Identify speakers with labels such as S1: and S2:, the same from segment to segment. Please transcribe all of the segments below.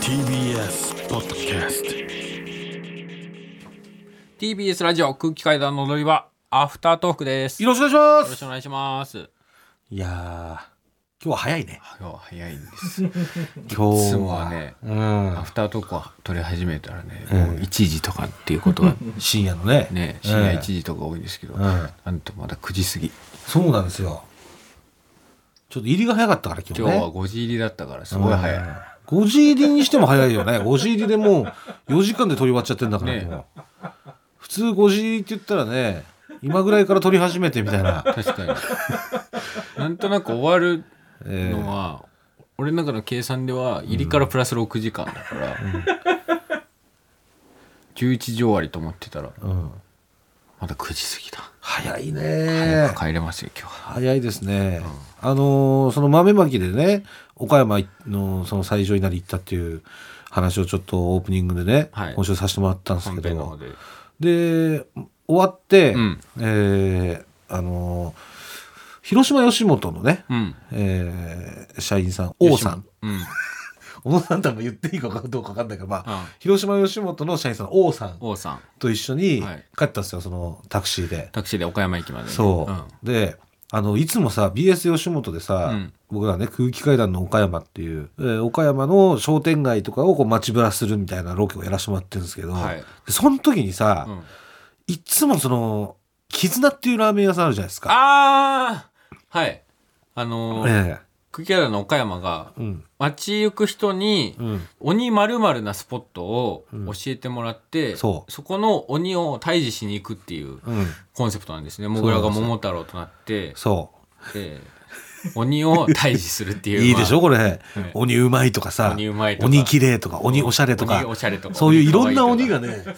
S1: TBS ポッドキャスト
S2: TBS ラジオ空気階段の踊り場アフタートークですよ
S1: よろしくお願いし
S2: ろ
S1: ます
S2: しくお願いします
S1: いやー今日は早いね
S2: 今日は早いんです い
S1: 今日
S2: つもはね
S1: うん
S2: アフタートークを取り始めたらね、
S1: うん
S2: もう1時とかっていうことが
S1: 深夜のね
S2: ね
S1: ええ
S2: 深夜1時とか多いんですけど、
S1: ん
S2: なんとまだ9時過ぎ
S1: そうなんですよちょっと入りが早かったから今日
S2: 今
S1: ね
S2: 日は5時入りだったからすごい早い、
S1: うん5時入りにしても早いよね5時入りでもう4時間で撮り終わっちゃってんだから、
S2: ね
S1: もう普通5時入りって言ったらね今ぐらいから撮り始めてみたいな、
S2: 確かに なんとなく終わる
S1: ええ
S2: のは、俺の中の計算では入りからプラス6時間だから、11時終わりと思ってたら
S1: うん、
S2: まだ9時過ぎだ
S1: 早いね
S2: 早く帰れますよ今日は
S1: 早いですね、あのーその豆まきでね岡山のその最上になり行ったっていう話をちょっとオープニングでね、
S2: はい
S1: 今週させてもらったんです
S2: 本
S1: け
S2: 編の方
S1: ど
S2: で
S1: で終わって、
S2: うん
S1: えーあのー広島吉本のね、
S2: うん
S1: えー社員さん王さん
S2: うん
S1: 小野さん多分言っていいかどうか分かんないけど、まあ
S2: うん
S1: 広島吉本の社員さんの王さん
S2: 王さん
S1: と一緒に
S2: はい
S1: 帰ったんですよそのタクシーで。
S2: タクシーで岡山駅までね
S1: そう、
S2: ん
S1: であのいつもさ BS 吉本でさ、
S2: うん
S1: 僕らね空気階段の岡山っていう、えー岡山の商店街とかをこう街ぶらするみたいなロケをやらせてもらってるんですけど、
S2: はい
S1: でその時にさ、
S2: うん
S1: いつもその絆っていうラーメン屋さんあるじゃないですか。
S2: あーはいあのー
S1: え
S2: クキャラの岡山が
S1: えうん
S2: 街行く人に
S1: うん
S2: 鬼まるまるなスポットを
S1: うん
S2: 教えてもらって、
S1: そう
S2: この鬼を退治しに行くっていう
S1: うん、
S2: コンセプトなんですねモグラが桃太郎となって
S1: そう
S2: で鬼を退治するっていう
S1: いいでしょこれ、
S2: うん
S1: 鬼うまいとかさ
S2: 鬼うまいとか
S1: 鬼きれいとか鬼おしゃれと
S2: 鬼
S1: か
S2: おしゃれとか
S1: そういういろんな
S2: 鬼
S1: 鬼
S2: 可愛
S1: が
S2: いとか
S1: ね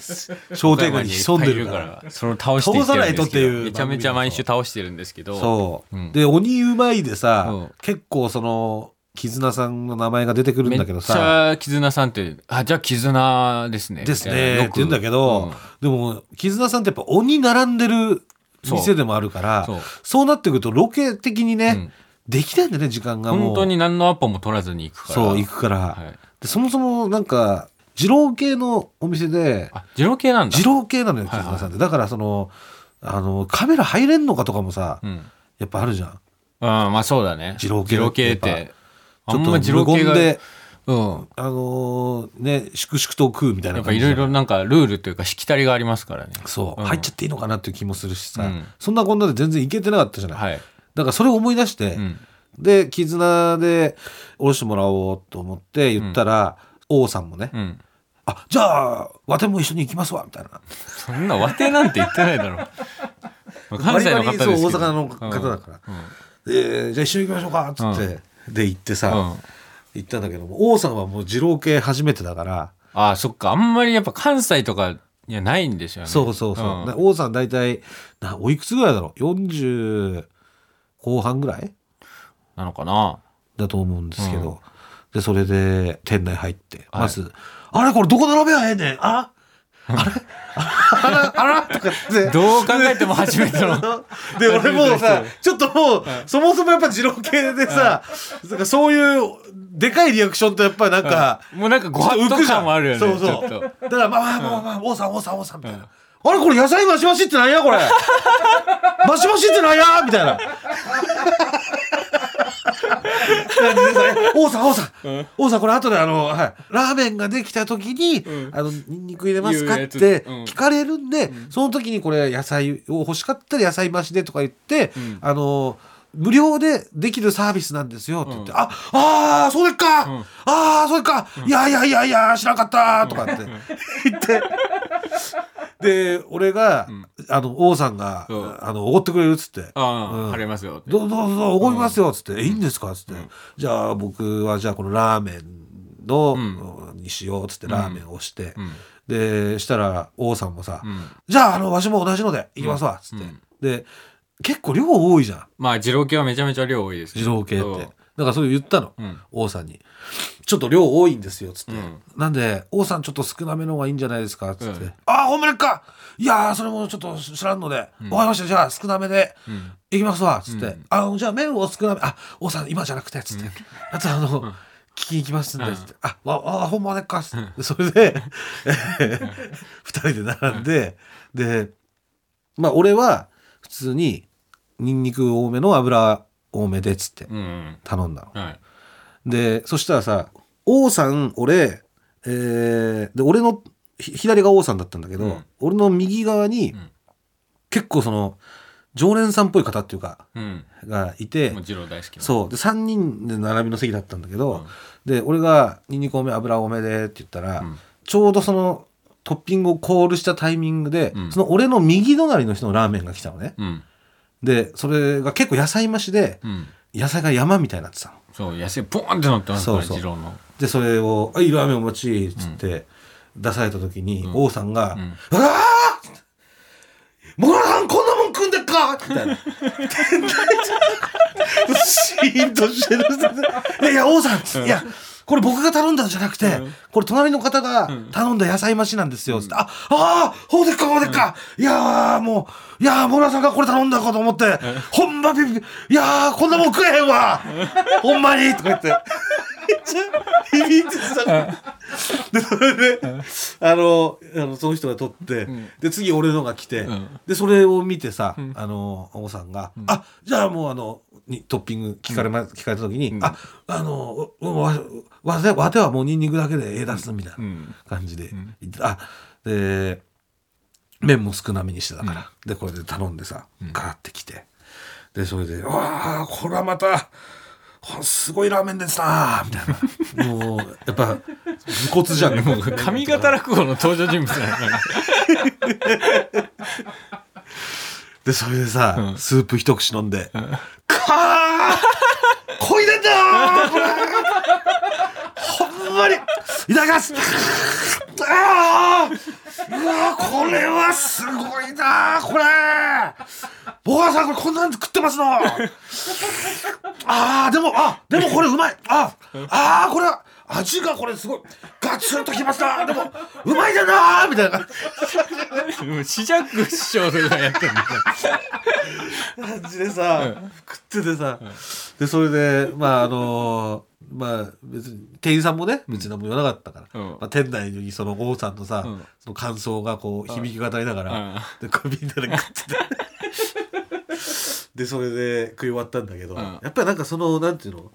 S1: 商店街に潜んでるから
S2: それを倒していってるんですけどめちゃめちゃ毎週倒してるんですけど
S1: そう、
S2: うん
S1: で鬼うまいでさ、
S2: うん
S1: 結構その絆さんの名前が出てくるんだけど
S2: めっち
S1: さ
S2: ゃ絆さんってあじゃあ絆ですね
S1: です
S2: みたい
S1: ね
S2: なよ
S1: って
S2: く
S1: 言うんだけど、でも絆さんってやっぱ鬼並んでる店でもあるから
S2: そ
S1: そううなってくるとロケ的にね、
S2: うん
S1: できないんだよね時間
S2: う
S1: が
S2: ん
S1: もう
S2: 本当に何のアポも取らずに行くから
S1: そう行くから、
S2: はい
S1: でそもそもなんか二郎系のお店で
S2: あ二郎系なんだ
S1: 二郎系なのよ
S2: はいはい
S1: 絆さんって、だからそのあのカメラ入れんのかとかもさ、
S2: うん
S1: やっぱあるじゃん
S2: あまあそうだね
S1: 二郎系
S2: 二郎系っ
S1: やってち
S2: あ
S1: ょ
S2: ん
S1: っ
S2: ま
S1: と
S2: 二
S1: 無
S2: 郎系
S1: 言
S2: が
S1: で
S2: うん
S1: あのーね、粛々と食うみたい
S2: や
S1: な
S2: っぱ
S1: 感
S2: い
S1: じじゃ
S2: ろ
S1: ん
S2: いろなんかルールというかしきたりがありますからね
S1: そう、
S2: うん
S1: 入っちゃっていいのかなっていう気もするしさ、
S2: うん
S1: そんなこんなで全然いけてなかったじゃない、
S2: はい
S1: だからそれを思い出して、
S2: うん
S1: で絆で降ろしてもらおうと思って言ったら、王さんもね、
S2: うん
S1: あじゃあワテも一緒に行きますわみたいな
S2: そんな和てなんて言ってないだろう関西の
S1: バ
S2: 方ですけど
S1: リバリそう大阪の方だから
S2: うんうん
S1: でじゃあ一緒に行きましょうかっつって、で行ってさ、
S2: うん
S1: 行ったんだけども王さんはもう二郎系初めてだから、
S2: ああそっかあんまりやっぱ関西とかにはないんですよね
S1: そうそうそう、
S2: ん
S1: で王さん大体なおいくつぐらいだろう40後半ぐらい
S2: なのかな
S1: だと思うんですけど、でそれで店内入って、
S2: はい
S1: まず「あれこれどこ並べやええねんああれあらあらあら」とかって。
S2: どう考えても 初めて の
S1: で俺もう
S2: 初
S1: さ
S2: めて
S1: ちょっともう、そもそもやっぱ二郎系でさ、なんかそういうでかいリアクションとやっぱりなんか、
S2: もうなんかご
S1: ちょ
S2: 飯
S1: っと
S2: と
S1: 浮くじゃ
S2: 感
S1: ん
S2: もあるよね
S1: そう
S2: ちょ
S1: そ
S2: っと
S1: うだからまあまあまあまあ、王さん王さん王さんみたいな、あれこれ野菜マシマシってなんやこ れマシマシってなんやみたいな感じでさえ王さん王さん、王さんこれ後であの、はい、ラーメンができた時に、あのニンニク入れますかっ
S2: 言うや
S1: て
S2: つうん
S1: 聞かれるんで、その時にこれ野菜を欲しかったら野菜増しでとか言って、あの無料でできるサービスなんですよって言って、ああーそうでっか、ああーそうでっか、いやいやいやいや知らんかったとかって言って。で俺が、あの王さんが、
S2: うん
S1: あの奢ってくれるっつって
S2: ああ、
S1: うん
S2: 晴れますよって
S1: どうぞどうぞおごりますよ」っつって「えいいんですか?」っつって、じゃあ僕はじゃあこのラーメンの、にしよう」っつってラーメンをして、
S2: ん
S1: でしたら王さんもさ「
S2: ん
S1: じゃああのわしも同じので行きますわ」っつって、
S2: うん
S1: で結構量多いじゃん
S2: まあ二郎系はめちゃめちゃ量多いですけ
S1: 二
S2: ど
S1: 郎系って、
S2: うん
S1: だからそれ言ったの、
S2: うん
S1: 王さんに「ちょっと量多いんですよ」っつって、
S2: うん
S1: なんで王さんちょっと少なめの方がいいんじゃないですか」っつって「
S2: うん
S1: ああほんまですかいやーそれもちょっと知らんので、わかりましたじゃあ少なめで
S2: ん
S1: いきますわ」っつって「あのじゃあ麺を少なめあ王さん今じゃなくて」っつって、あとあの、聞きに行きますんで」
S2: うん
S1: って「あわあほんまでっか」でそれで 二人で並んででまあ俺は普通にニンニク多めの油多めでっつって
S2: うん
S1: 頼んだの。
S2: うんはい
S1: でそしたらさ王さん俺、えーで俺のひ左が王さんだったんだけど、
S2: うん
S1: 俺の右側に、
S2: うん
S1: 結構その常連さんっぽい方っていうか
S2: うん
S1: がいて、
S2: もう二郎大好きな
S1: そうで3人で並びの席だったんだけど、
S2: ん
S1: で俺が「ニンニク多め油多めで」って言ったら、
S2: うん
S1: ちょうどそのトッピングをコールしたタイミングで、
S2: うん
S1: その俺の右隣の人のラーメンが来たのね
S2: うん
S1: でそれが結構野菜増しで
S2: うん
S1: 野菜が山みたいになってたの
S2: そう野生ポーンってなってますか
S1: そう
S2: ら
S1: そう
S2: 二郎の
S1: でそれを「あいいラーメンお待ち」っつって出された時に、
S2: うん
S1: 王さんが
S2: うん
S1: 「うわあ!」モラさんこんなもん食うんでっか!」みたいな。シーンとしてる。いやいや王さん、いやこれ僕が頼んだんじゃなくて、これ隣の方が頼んだ野菜増しなんですよ、つってああーほうでっかほうでっか、いやーもういやーモラさんがこれ頼んだかと思って、ほんまビビいやーこんなもん食えへんわ、ほんまにとか言って。めっちゃ響いてさ でそれで、あのあのその人が取って、で次俺のが来て、
S2: ん
S1: でそれを見てさ、あの王さんが「あじゃあもうあのにトッピング聞かれ,、ま聞かれた時に「ああのうわわてわてはもうニンニクだけでええ出す」みたいな感じで、言ってあで麺も少なめにしてたから、でこれで頼んでさガーって来てでそれで「わあこれはまた。ほんすごいラーメンですなーみたいなもうやっぱ武骨じゃんも う
S2: 髪型落語の登場人物だから
S1: でそれでさ、
S2: ん
S1: スープ一口飲んで「かーこいでんだーこれほんまにいただきますあーうわーこれはすごいなーこれ僕はさんこれこんなんで食ってますのあーでもあでもこれうまいああーこれは味がこれすごいガツンときますなでもうまいだなーみたいな
S2: うん四尺師匠とかやってるんだ
S1: 感じでさ、食っててさ、でそれでまああのーまあ別に店員さんもね別に何も言わなかったから、
S2: うん
S1: まあ、店内にその王さんのさ、
S2: うん
S1: その感想がこう響き語りながら、でこうみんなで食 っててでそれで食い終わったんだけど、
S2: ん
S1: やっぱりなんかそのなんていうの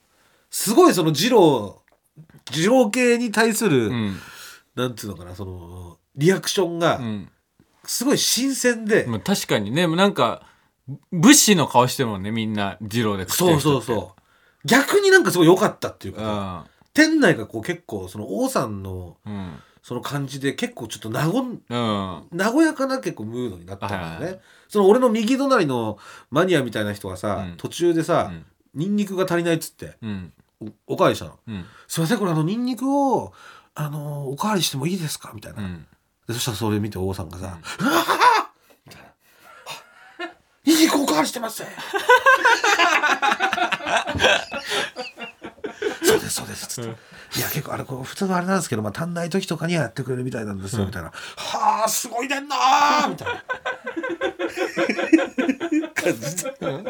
S1: すごいその二郎二郎系に対する、
S2: うん
S1: なんていうのかなそのリアクションが
S2: うん
S1: すごい新鮮で、
S2: まあ確かにねなんかぶ武士の顔してるもんねみんな二郎で食って
S1: そう
S2: る
S1: そう
S2: 人って
S1: そう逆になんかすごい良かったっていうかさ、
S2: あ
S1: 店内がこう結構その王さんの
S2: あうん
S1: その感じで結構ちょっとなごん
S2: うん
S1: 和やかな結構ムードになったんだよね、
S2: はいはいは
S1: その俺の右隣のマニアみたいな人がさ、
S2: うん
S1: 途中でさ、
S2: うん
S1: ニンニクが足りないっつって
S2: うん
S1: おおかわりしたの
S2: うん
S1: 「すいませんこれあのニンニクをあのおかわりしてもいいですか?」みたいな、
S2: うん
S1: でそしたらそれ見て王さんがさ「うわあ!」みたいなあ「ニンニクおかわりしてます」そうですそうです」つって「いや結構あれこう普通のあれなんですけど、まあ、足んない時とかにはやってくれるみたいなんですよ」みたいな「はあすごいねんなー」みたいな。感じで言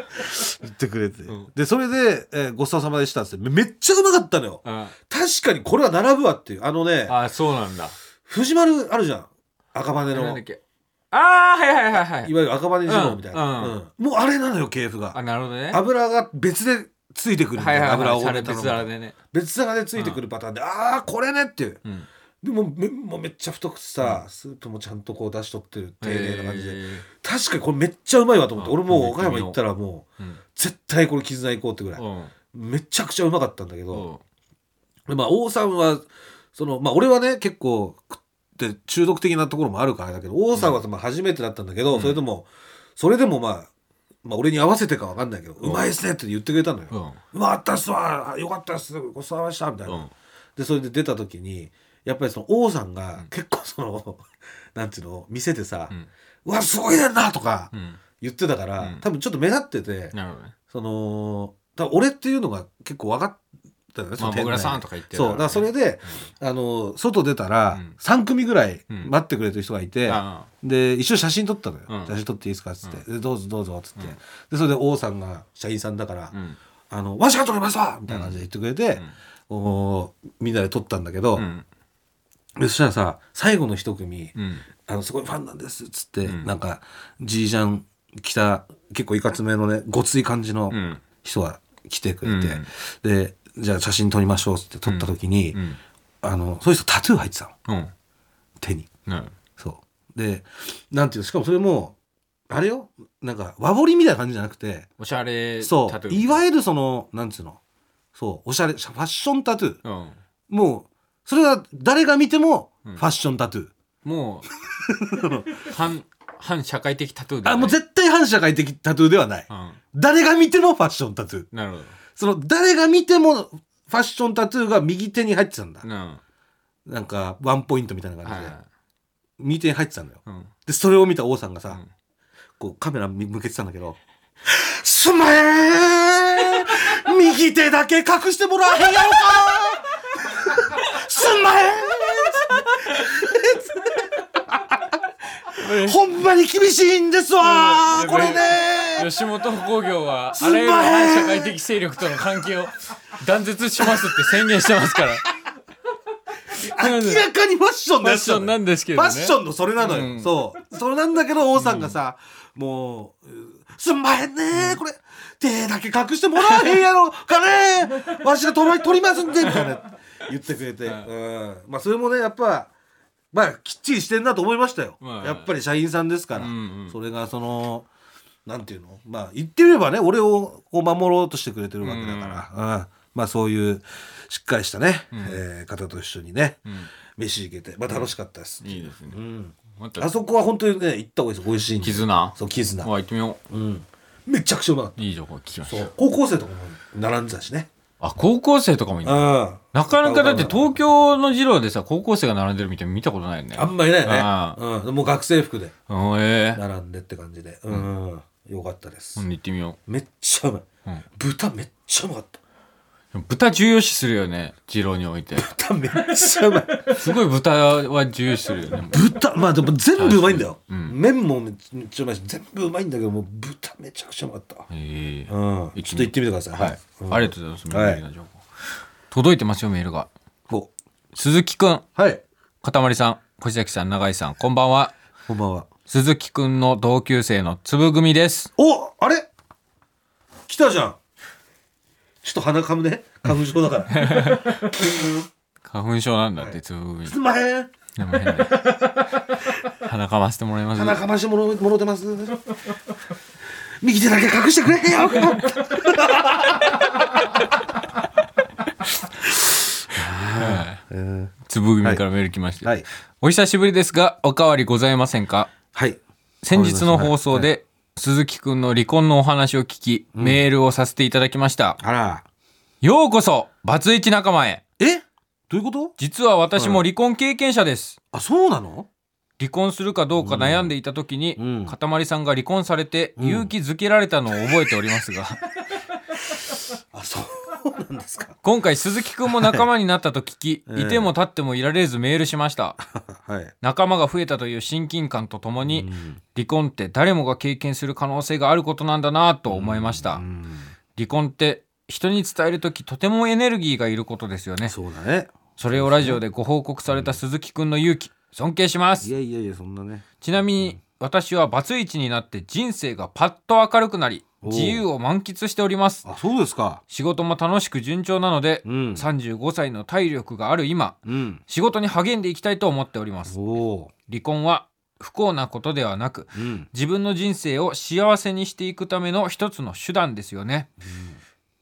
S1: ってくれて、
S2: うん
S1: でそれで、えーごちそうさまでした」っつってめっちゃうまかったのよ
S2: あ
S1: 確かにこれは並ぶわっていうあのね
S2: あそうなんだ
S1: 藤丸あるじゃん赤羽
S2: なん
S1: の
S2: だっけああはいはいはいはい
S1: いわゆる赤羽二郎みたいな、
S2: うんうん
S1: もうあれなのよ系譜
S2: あ
S1: が
S2: なるほどね
S1: 油が別でついてくるみ
S2: は
S1: た
S2: い
S1: い
S2: はい
S1: な
S2: はい
S1: 油を多め頼
S2: 皿別
S1: む
S2: 皿でね
S1: 別皿でついてくるパターンで、ああこれねっていう
S2: うん
S1: でもめもうめっちゃ太くてさ、スープもちゃんとこう出しとってる丁寧な感じで、
S2: え
S1: 確かにこれめっちゃうまいわと思って
S2: あ
S1: 俺もう岡山行ったらもう
S2: ーうん
S1: 絶対これ絆行こうってぐらい、
S2: うん
S1: めちゃくちゃうまかったんだけど、
S2: う
S1: で
S2: ん
S1: まあ王さんはそのまあ俺はね結構食って中毒的なところもあるからあれだけど王さんはまあ初めてだったんだけど、
S2: ん
S1: それともそれでもまあまあ俺に合わせてかわかんないけど「うまいっすね」って言ってくれたのよ「う
S2: うん
S1: まかったっすわよかったっすごちそうさまでした」みたいな、
S2: うん
S1: でそれで出た時にやっぱりその王さんが結構その、 なんていうの店でさ「
S2: うん
S1: うわすごいねんな」とか
S2: うん
S1: 言ってたから、
S2: うん
S1: 多分ちょっと目立ってて、
S2: なるほどね
S1: その多分俺っていうのが結構分かったよねそ
S2: ま
S1: の
S2: あ
S1: 店
S2: 僕ら
S1: 内で
S2: さんとか言って
S1: そうだからそれで、あの外出たら
S2: うん
S1: 3組ぐらい
S2: うん
S1: 待ってくれてる人がいて、
S2: あ
S1: で一緒に写真撮ったのよ、
S2: うん
S1: 写真撮っていいですかっつって、でどうぞどうぞっつって、
S2: うん
S1: でそれで王さんが社員さんだから「
S2: あうん
S1: あのわしが撮りますわ!」みたいな感じで言ってくれて、おーみんなで撮ったんだけど、
S2: うん
S1: でそしたらさ最後の一組、
S2: うん
S1: あのすごいファンなんですっつって、なんかジージャン着た結構いかつめのねごつい感じの
S2: うん
S1: 人が来てくれて、でじゃあ写真撮りましょうっつって撮った時に、
S2: うん
S1: あのそういう人タトゥー入ってたの
S2: うん
S1: 手に
S2: うん
S1: そうでなんていうのしかもそれもあれよなんか和彫りみたいな感じじゃなくて
S2: おしゃれ
S1: そ
S2: タトゥ
S1: う
S2: ー
S1: いわゆるそのなんつうのそうおしゃれファッションタトゥー
S2: うん
S1: もうそれは誰が見てもフ
S2: うん
S1: ァッションタトゥー、
S2: も う反反社会的タトゥーで
S1: あもう絶対反社会的タトゥーではない、
S2: うん
S1: 誰が見てもファッションタトゥー
S2: なるほど
S1: その誰が見てもファッションタトゥーが右手に入ってたんだ、
S2: うんは
S1: なんかワンポイントみたいない感じで、
S2: は
S1: 右手に入ってたのよ
S2: いうん
S1: でそれを見た王さんがさ、
S2: うん
S1: こうカメラ向けてたんだけど「すまえー右手だけ隠してもらえへんやろかすまえーほんまに厳しいんですわーこれね
S2: 吉本興業は
S1: す
S2: あ
S1: んま
S2: ら
S1: へ
S2: ゆ
S1: ん
S2: る反社会的勢力との関係を断絶しますって宣言してますから
S1: 明らかにファッション
S2: ファッ
S1: で
S2: シ
S1: す
S2: ョ
S1: よ
S2: ン
S1: ね
S2: なんですけ
S1: フ
S2: ど
S1: ァ
S2: ね
S1: ッションのそれなのよ、
S2: うん
S1: そうそれなんだけど王さんがさ、もう「すんまへんねこれ手だけ隠してもらえへんやろかねわしが取り取りますんで」みたいな言ってくれて、うんまあそれもねやっぱまあきっちりしてんなと思いましたよ、
S2: はい
S1: やっぱり社員さんですから、
S2: うんうん
S1: それがそのなんていうのまあ言ってみればね俺をこう守ろうとしてくれてるわけだから、うんまあそういうしっかりしたね、えー方と一緒にね、飯行けて、まあ、楽しかったです、
S2: いいですね、また
S1: あそこは本当にね行った方がいいです美味しいんで
S2: 絆
S1: そう絆、
S2: あ行ってみよ
S1: うん、めちゃくちゃうまかっ
S2: ういい情報聞きま
S1: た
S2: し
S1: そ
S2: た
S1: う高校生とかも並んでたしね
S2: あ高校生とかもいい
S1: あ
S2: なかなかだって東京の授業でさ高校生が並んでるみたいなの見たことないよね
S1: あんまりない
S2: あ
S1: ね、うん、もう学生服で
S2: うんええ
S1: 並んでって感じでうん、よかったです、
S2: 今度行ってみよ
S1: めっちゃうまい、
S2: うん
S1: 豚めっちゃうまかった
S2: う豚重要視するよね二郎において
S1: 豚めっちゃうまい
S2: すごい豚は重要視するよね
S1: 豚まあでも全部うまいんだよ、
S2: うん
S1: 麺もめっちゃうまいし全部うまいんだけどもう豚めちゃくちゃうまかったわ、
S2: ええ
S1: うん、ちょっと行ってみてください
S2: はい
S1: うん、
S2: ありがとうございます。
S1: はい
S2: メールの情報届いてますよ、メールが。
S1: お
S2: 鈴木くん、
S1: はい
S2: かたまりさん、小崎さん、永井さん、こんばんは。
S1: こんばんは
S2: 鈴木くんの同級生のつぶ組です。
S1: おあれ来たじゃんちょっと鼻かむね花粉症だから
S2: 花粉症なんだって、つぶ組。
S1: すんまへん
S2: でも 変な鼻かませてもらいます。
S1: 鼻かましてもろもろてます右手だけ隠してくれへんよ
S2: つぶ組からメール来まして、
S1: はいはい
S2: お久しぶりですが、おかわりございませんか
S1: はい
S2: 先日の放送で、鈴木くんの離婚のお話を聞き、メールをさせていただきました。
S1: あら
S2: ようこそ、バツイチ仲間へ。
S1: えどういうこと
S2: 実は私も離婚経験者です。
S1: あそうなの
S2: 離婚するかどうか悩んでいた時に、
S1: うん
S2: かたまりさんが離婚されて勇気づけられたのを覚えておりますが、
S1: あそうなんですか
S2: 今回鈴木くんも仲間になったと聞き、
S1: はい
S2: いても立ってもいられずメールしました
S1: はい
S2: 仲間が増えたという親近感とともに、離婚って誰もが経験する可能性があることなんだなと思いました、
S1: うん
S2: 離婚って人に伝える時とてもエネルギーがいることですよね
S1: そうだね
S2: それをラジオでご報告された鈴木くんの勇気尊敬します
S1: いやいやいやそんなね
S2: ちなみに私はバツイチになって人生がパッと明るくなり
S1: おう
S2: 自由を満喫しております
S1: あそうですか
S2: 仕事も楽しく順調なので、
S1: うん
S2: 35歳の体力がある今
S1: うん
S2: 仕事に励んでいきたいと思っております
S1: おお
S2: 離婚は不幸なことではなく
S1: ーうん
S2: 自分の人生を幸せにしていくための一つの手段ですよね、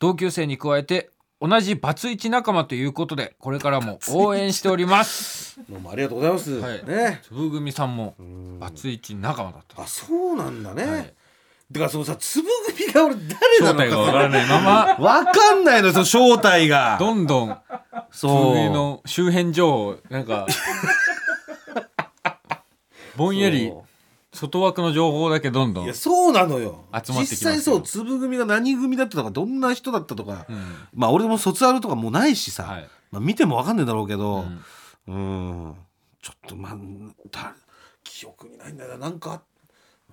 S2: 同級生に加えて同じバツイチ仲間ということでこれからも応援しております
S1: どうもありがとうございます、
S2: はい
S1: ね
S2: つぶ組さんもバツイチ仲間だった
S1: あそうなんだね、
S2: はい
S1: だからそのさ粒組が俺誰な
S2: 正
S1: の
S2: 体がわからないまま
S1: わかんない のよその正体が
S2: どんどん
S1: そう
S2: 紬の周辺情報なん かぼんやり
S1: そ
S2: 外枠の情報だけどんど
S1: うんいやそうなのよ
S2: 集まってきますよ
S1: 実際そう粒組が何組だったとかどんな人だったとか、
S2: うん
S1: まあ俺も卒アルとかもうないしさ、
S2: はい
S1: まあ、見てもわかんないだろうけど
S2: ん
S1: うんちょっとまあだ記憶にないんだよななんか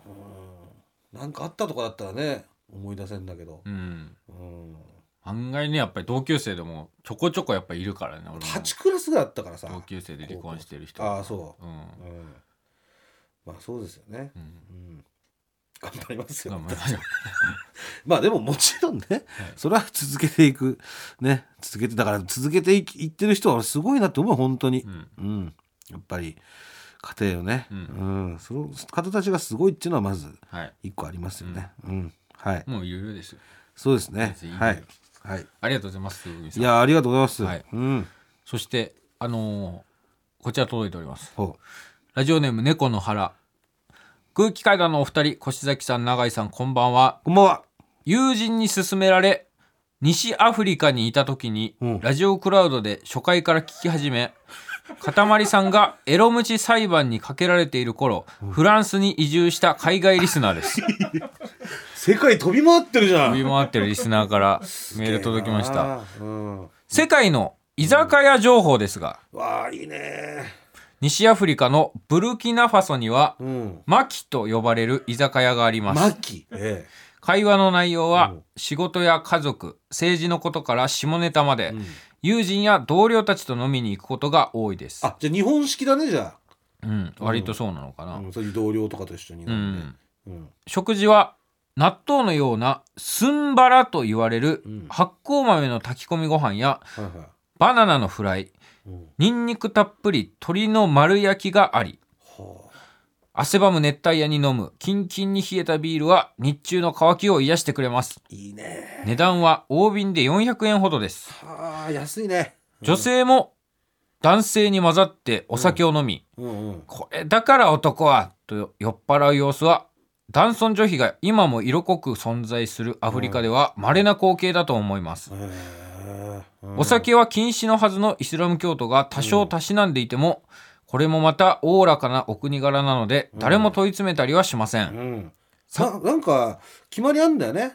S1: うんなんかあったとかだったらね思い出せんだけど
S2: うん
S1: うん
S2: ま案外ねやっぱり同級生でもちょこちょこやっぱいるからね俺も
S1: 8クラスぐらいあったからさ
S2: 同級生で離婚してる人、
S1: ああそう
S2: ん
S1: う、うん、まあそうですよね、
S2: うん、
S1: うん、頑張りますよ
S2: 頑張りましょう
S1: まあでももちろんね、それは続けていくね続けてだから続けていいってる人はすごいなと思う本当に
S2: う、ん
S1: うんやっぱり家庭よね、
S2: う
S1: うんんその方たちがすごいっていうのはまず
S2: はい
S1: 一個ありますよね、うんはい
S2: もういろいろですよ
S1: そうですね
S2: 全然いいよ
S1: はい、はい、
S2: ありがとうございます鈴木さ
S1: い
S2: ん
S1: やありがとうございます、
S2: はい
S1: うん
S2: そしてあのーこちら届いております
S1: ほ
S2: ラジオネーム猫の腹空気階段のお二人越崎さん永井さんこんばんは
S1: うこんばんは
S2: 友人に勧められ西アフリカにいた時に、
S1: うん
S2: ラジオクラウドで初回から聞き始めかたまりさんがエロムチ裁判にかけられている頃、フランスに移住した海外リスナーです
S1: 世界飛び回ってるじゃん
S2: 飛び回ってるリスナーからメール届きました
S1: うん
S2: 世界の居酒屋情報ですが
S1: わあいいね
S2: 西アフリカのブルキナファソには
S1: うん
S2: マキと呼ばれる居酒屋があります
S1: マキえ
S2: 会話の内容は
S1: うん
S2: 仕事や家族政治のことから下ネタまで、
S1: え、うん
S2: 友人や同僚たちと飲みに行くことが多いです、
S1: あじゃあ日本式だねじゃ
S2: うん、割とそうなのか
S1: あ、
S2: な、
S1: うん、そういう同僚とかと一緒に
S2: う
S1: 飲んで
S2: ん、
S1: うん
S2: 食事は納豆のようなスンバラと言われる
S1: うん
S2: 発酵豆の炊き込みご飯や
S1: はいは
S2: バナナのフライ
S1: いうん
S2: ニンニクたっぷり鶏の丸焼きがあり
S1: はあ
S2: 汗ばむ熱帯夜に飲むキンキンに冷えたビールは日中の渇きを癒してくれます
S1: いいね
S2: 値段は大瓶で400円ほどです
S1: はあ安いね
S2: 女性も男性に混ざってお酒を飲み、
S1: うんうん
S2: これだから男はと酔っ払う様子は男尊女卑が今も色濃く存在するアフリカでは稀な光景だと思います、
S1: へえうん
S2: お酒は禁止のはずのイスラム教徒が多少たしなんでいても、これもまたおおらかなお国柄なので誰も問い詰めたりはしませ
S1: う
S2: ん、
S1: んさなんか決まりあんだよね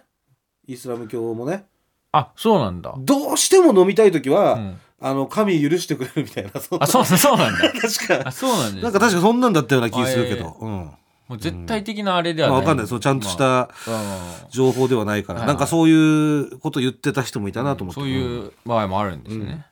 S1: イスラム教もね
S2: あそうなんだ、
S1: どうしても飲みたい時は、
S2: うん
S1: あの神許してくれるみたいなそんな
S2: あそうそうなんだ
S1: 確か
S2: あそうなんですね
S1: なんか確かそんなんだったような気するけ
S2: あ
S1: ど、うん
S2: もう絶対的なあれで
S1: ま
S2: は
S1: あ、
S2: な
S1: わ
S2: い、
S1: かんないそのちゃんとし
S2: まあ
S1: た
S2: まあまあ
S1: 情報ではないから、
S2: はい
S1: なんかそういうこと言ってた人もいたなと思って、
S2: そう
S1: うん
S2: いう場合もあるんですね、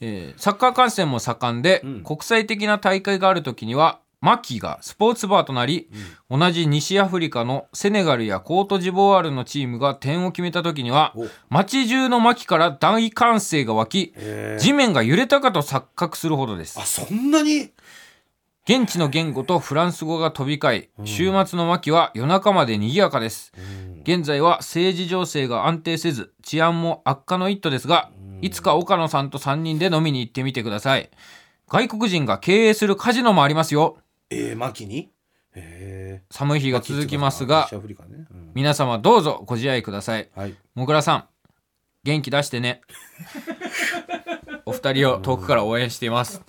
S2: えーサッカー観戦も盛んで、
S1: うん
S2: 国際的な大会がある時にはマキがスポーツバーとなり、同じ西アフリカのセネガルやコートジボワールのチームが点を決めた時には
S1: お
S2: 街中のマキから大歓声が湧き
S1: へえ
S2: 地面が揺れたかと錯覚するほどです
S1: あそんなに
S2: 現地の言語とフランス語が飛び交い週末のマキは夜中まで賑やかです現在は政治情勢が安定せず治安も悪化の一途ですがいつか岡野さんと3人で飲みに行ってみてください外国人が経営するカジノもありますよ
S1: ええマキにへえ
S2: 寒い日が続きますが
S1: 西アフリカねうん
S2: 皆様どうぞご自愛ください
S1: はい
S2: もぐらさん元気出してねお二人を遠くから応援しています、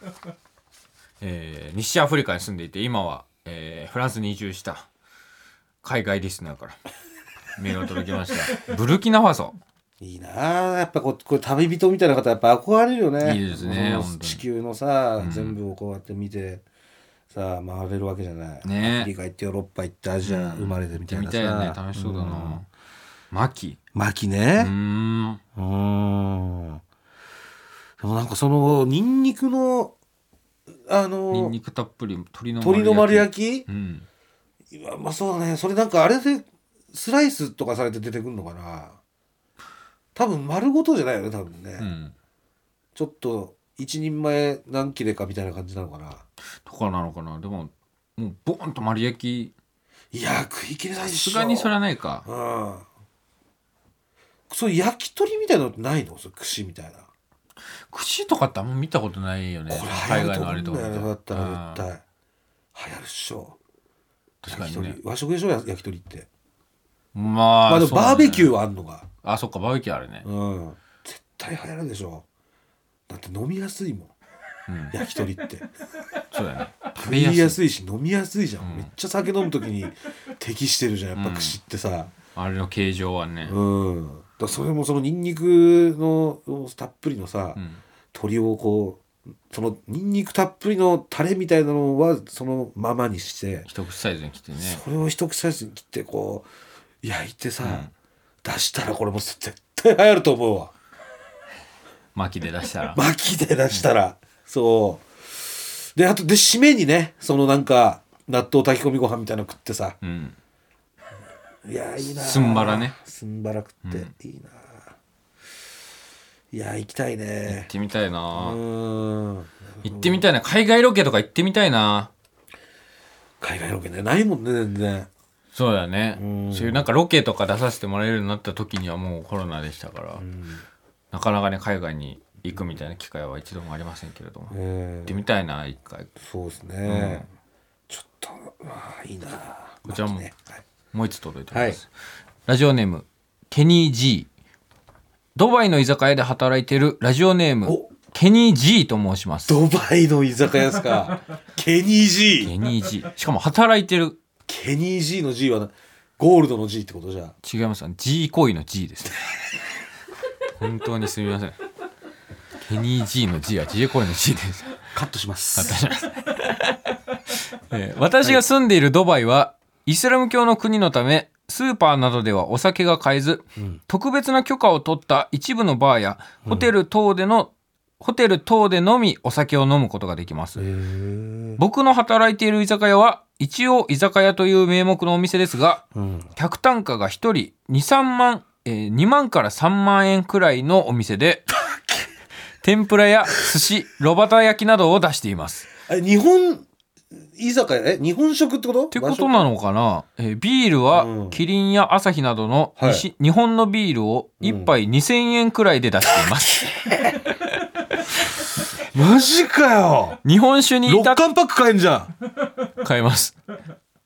S2: えー西アフリカに住んでいて今は、えーフランスに移住した海外リスナーからメールが届きましたブルキナファソ
S1: いいなあやっぱここれ旅人みたいな方やっぱ憧れるよね
S2: いいですね
S1: うん
S2: 本当に
S1: 地球のさ、全部をこうやって見てさ回れるわけじゃない
S2: ねえ
S1: アフリカ行ってヨーロッパ行ってアジア生まれてみ
S2: 行って
S1: たい
S2: み
S1: な
S2: た
S1: さ、
S2: いよね楽しそうだな、マキ
S1: マキ
S2: うー
S1: ね
S2: ん
S1: うんんでもなんかそのニンニクのあ
S2: ニン
S1: の
S2: ニクたっぷり鶏の
S1: 鶏の丸焼き
S2: きうん
S1: うわうまそうだねそれなんかあれでスライスとかされて出てくるのかな多分丸ごとじゃないよね多分ね、
S2: うん
S1: ちょっと一人前何切れかみたいな感じなのかな
S2: とかなのかなでももうボーンと丸焼き
S1: いやー食い切れないでし
S2: さ
S1: ょ
S2: すがにそれはないか
S1: うんそういう焼き鳥みたいなのってないのそう串みたいな
S2: 串とかってあんま見たことないよね
S1: これ
S2: 海
S1: 流行
S2: 外
S1: ると
S2: の
S1: 思
S2: あ
S1: う
S2: れ
S1: んだ
S2: と
S1: よ
S2: か
S1: ねだったら絶
S2: うん
S1: 対流行るっしょ
S2: 確か
S1: 焼き
S2: に
S1: 鳥、
S2: ね
S1: 和食でしょや焼き鳥って
S2: まあ
S1: まあで
S2: そ
S1: も
S2: うだね
S1: バーベキューはあんのが
S2: あそっかバーベキューあるね
S1: うん絶対流行るでしょだって飲みやすいもん
S2: うん
S1: 焼き鳥って
S2: そうだね 食
S1: 食
S2: べや
S1: い
S2: すい
S1: やすいし飲みやすいじゃん、
S2: うん
S1: めっちゃ酒飲む時に 適してるじゃんやっぱ串ってさ
S2: あれの形状はね
S1: うん、だからそれもそのニンニクのたっぷりのさ、
S2: うん
S1: 鶏をこうそのニンニクたっぷりのタレみたいなのはそのままにして、
S2: 一口サイズに切ってね
S1: それを一口サイズに切ってこう焼いてさ、
S2: うん
S1: 出したらこれもう絶対流行ると思うわ
S2: 巻きで 出したら
S1: 巻きで出したら、そうであとで締めにねそのなんか納豆炊き込みご飯みたいなの食ってさ
S2: うん
S1: いやいいな
S2: すんばらね
S1: すんばら食って、いいなあいや行きたい
S2: 行
S1: ね
S2: ってみたいうな
S1: ーん
S2: 行ってみたいな海外ロケとか行ってみたいな
S1: 海外ロケねないもんね全然
S2: そうだねそういうなんかロケとか出させてもらえるようになった時にはもうコロナでしたからなかなかね海外に行くみたいな機会は一度もありませんけれども行
S1: え
S2: ってみたいな一回
S1: そうですね、ちょっとああいいなあ
S2: こちらも
S1: まあねはい
S2: もう一つ届いております、ラジオネームケニー G ドバイの居酒屋で働いているラジオネーム
S1: お
S2: ケニー G と申します
S1: ドバイの居酒屋ですかケニー G
S2: ケニー G しかも働いてる
S1: ケニー G の G はなゴールドの G ってことじゃ
S2: 違いますね G 行為の G ですね本当にすみませんケニー G の G は G 行為の G です
S1: カットします
S2: えー私が住んでいるドバイはイスラム教の国のためスーパーなどではお酒が買えず、特別な許可を取った一部のバーやホテル等での、ホテル等でのみお酒を飲むことができます、
S1: へえ
S2: 僕の働いている居酒屋は一応居酒屋という名目のお店ですが
S1: うん
S2: 客単価が1人23万、えー2万から3万円くらいのお店で天ぷらや寿司炉端焼きなどを出しています
S1: え日本居酒屋え日本食ってことっ
S2: ってことなのかな、えービール
S1: う
S2: は
S1: ん
S2: キリンやアサヒなどの
S1: はい
S2: 西日本のビールを1杯2000円くらいで出しています、
S1: マジかよ
S2: 日本酒に至
S1: 六
S2: っ
S1: 缶パック買えんじゃんマ
S2: 買えます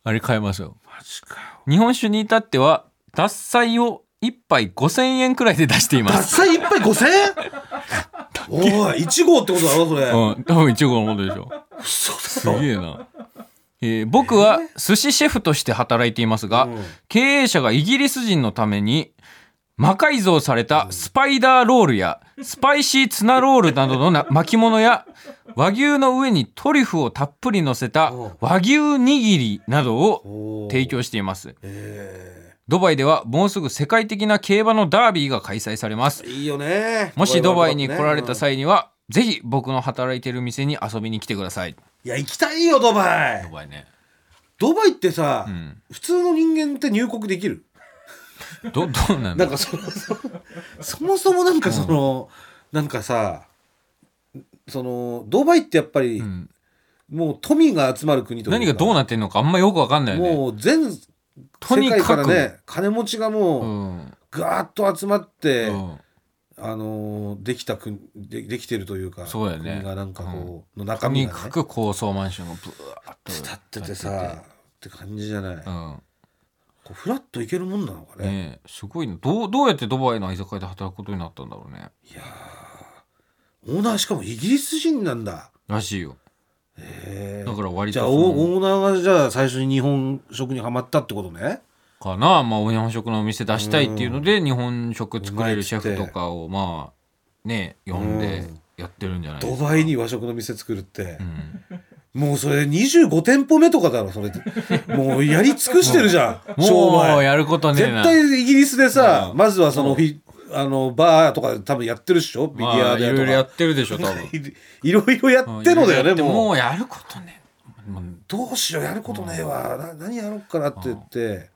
S2: あれ買えますよ
S1: ジかよ
S2: 日本酒に至っては獺祭を1杯5000円くらいで出していま
S1: 脱
S2: す
S1: 菜一杯五千円おい一号ってことだろそれ、
S2: うん多分一号のことでしょ
S1: 嘘
S2: す
S1: だろ
S2: げえな、えー僕は寿司シェフとして働いていますが、
S1: うん
S2: 経営者がイギリス人のために魔改造されたスパイダーロール やスパイシーツナロールなどのな巻物や和牛の上にトリュフをたっぷり乗せた
S1: おう
S2: 和牛握りなどを
S1: おー
S2: 提供しています
S1: え
S2: ドバイではもうすぐ世界的な競馬のダービーが開催されます
S1: ーいいよね
S2: もしドバイに来られた
S1: 際
S2: 際にはぜひ僕の働いている店に遊びに来てください
S1: いや行きたいよドバ
S2: ド
S1: イ
S2: バイね
S1: ドバイってさ、
S2: ん
S1: 普通の人間って入国できる
S2: どどうなん
S1: な
S2: だ
S1: んかそのそのそもそもなんかその、なんかさそのドバイってやっぱり、
S2: ん
S1: もう富が集まる国というか
S2: 何がどうなってんのかあんまよくわかんないよね
S1: もう全世
S2: とに
S1: 界
S2: か
S1: から
S2: く
S1: ね金持ちが
S2: う
S1: もうんガーッと集まって、
S2: うん
S1: あのーできた国でできてるというか
S2: そうだよね
S1: 国がなんかこう、の中身
S2: 紙に
S1: が、ね、
S2: 書く高層マンションがぶわーっと
S1: 立っててさって感じじゃない、
S2: う
S1: こ
S2: ん
S1: うフラッといけるもんなのかね
S2: ねえすごいなどうどうやってドバイの居酒屋で働くことになったんだろうね
S1: いやーオーナーしかもイギリス人なんだ
S2: らしいよ
S1: へ
S2: だから
S1: え
S2: 割
S1: じ
S2: と
S1: ゃあ
S2: その
S1: オオーナーがじゃあ最初に日本食にはまったってことね
S2: かなまあ日本食のお店出したいっていうので日本食作れるシェフとかをまあねえ呼んでやってるんじゃないで
S1: ド
S2: すか
S1: バイに和食の店作るって
S2: う、ん
S1: もうそれ25店舗目とかだろそれ ってもうやり尽くしてるじゃん商
S2: もう
S1: 売
S2: やることねえ
S1: 絶
S2: な
S1: 対イギリスでさ、
S2: うん
S1: まずはそのフィあのバーとかで多分やってるっしょビリ
S2: ま
S1: ヤー
S2: あい
S1: ドや
S2: ろいろや
S1: とか
S2: ってるで しょ多分
S1: いろ いろやってのだよね
S2: うん
S1: もう
S2: もうやることねもう
S1: どうしようやることねえわ、な何やろうかなって言って。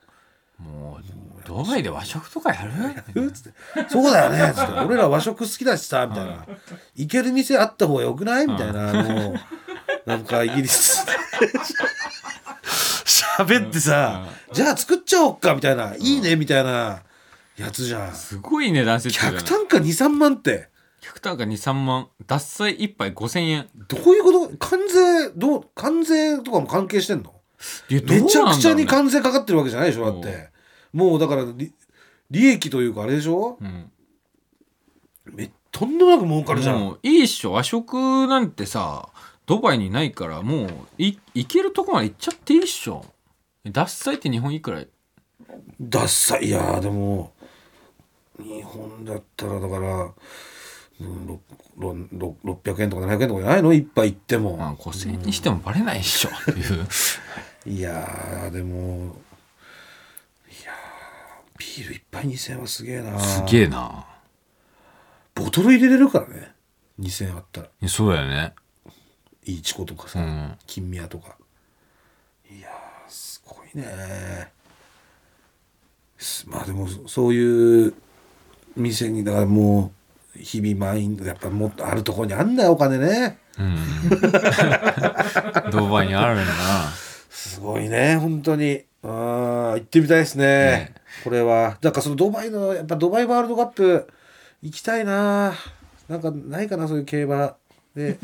S2: もうドバイで和食とかやる
S1: うっつってそうだよねっつって俺ら和食好きだしさみたいな行ける店あった方がよくないみたいなあのなんかイギリスで喋ってさじゃあ作っちゃおっかみたいないいねみたいなやつじゃん
S2: すごい値段設定だね
S1: 客単価23万って
S2: 客単価23万脱菜1杯5000円
S1: どういうこと関税どう関税とかも関係してんの
S2: いや
S1: めちゃくちゃに
S2: どうな
S1: 関
S2: んだろうね
S1: 税かかってるわけじゃないでしょだってもうだから利利益というかあれでしょ
S2: うん
S1: めとんでもなく儲かるじゃん
S2: もういいっしょ和食なんてさドバイにないからもうい行けるとこまで行っちゃっていいっしょ脱菜って日本いくら
S1: ダッサいいやーでも日本だったらだから、うん、ろろろ600円とか700円とかじゃないの一杯行っても、
S2: まあ5000円にしてもバレないっしょっていう
S1: いやーでもいやービール一杯2000円はすげえな
S2: すげえな
S1: ボトル入れれるからね2,000円あったら
S2: いやそうだよね
S1: いいチコとかさ、
S2: うん
S1: 金宮とかいやーすごいねすまあでもそそういう店にだからもう日々満員やっぱもっとあるところにあんだよお金ね
S2: うんドバイにあるんだな
S1: すごいね本当にあー行ってみたいですね
S2: ね
S1: これはなんかそのドバイのやっぱドバイワールドカップ行きたいななんかないかなそういう競馬で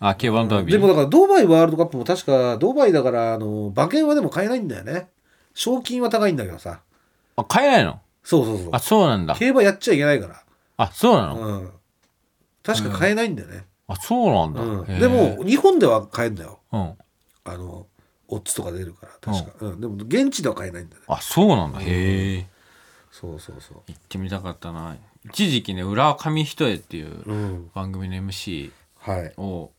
S2: あ競馬の旅
S1: でもだからドバイワールドカップも確かドバイだからあの馬券はでも買えないんだよね賞金は高いんだけどさ
S2: あ買えないの
S1: そうそうそう
S2: あそうなんだ
S1: 競馬やっちゃいけないか
S2: あそうな
S1: ら、
S2: の、
S1: うん、確か買えないんだよね、
S2: あそうなんだ、
S1: うん
S2: へー
S1: でも日本では買えるんだよ
S2: うん
S1: あのオッズとか出るから確か、うんでも現地では買えないんだね
S2: あそうなんだへえ
S1: そうそうそ
S2: 行ってみたかったな一時期ね浦上一重っていう
S1: ううん
S2: 番組の MC
S1: はい
S2: を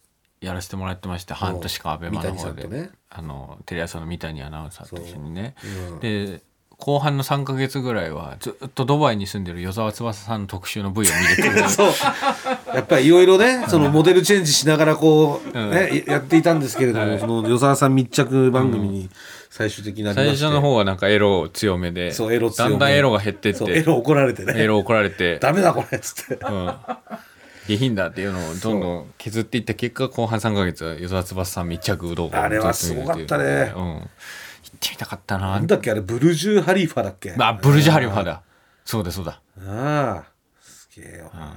S2: やらせてもらってまして半年間アベマの方で、
S1: 三谷さんとね
S2: あのテレ朝の三谷アナウンサーと一緒にね
S1: うん
S2: で後半の3か月ぐらいはずっとドバイに住んでる与沢翼さんの特集の V を見れてる
S1: そうやっぱりいろいろねそのモデルチェンジしながらこう、
S2: うん
S1: ね、やっていたんですけれども、
S2: はい
S1: その与沢さん密着番組に最終的になりま
S2: 最
S1: して
S2: 初の方はなんかエロ強めで
S1: そうエロ強
S2: だ
S1: め
S2: んだんエロが減ってっ
S1: そうエ
S2: て
S1: ロ怒られてね
S2: エロ怒られて
S1: ダメだこれっつって
S2: うん、下品だっていうのをどんどん削っていった結果後半3か月は与沢翼さん密着動画を
S1: あれはすごかったね
S2: ずと見るっていううん、行ってみたかったな
S1: なんだっけあれブルジュ・ハリーファだっけ
S2: あブルジュ・ハリファだそうだそうだ
S1: ああすげえよこれね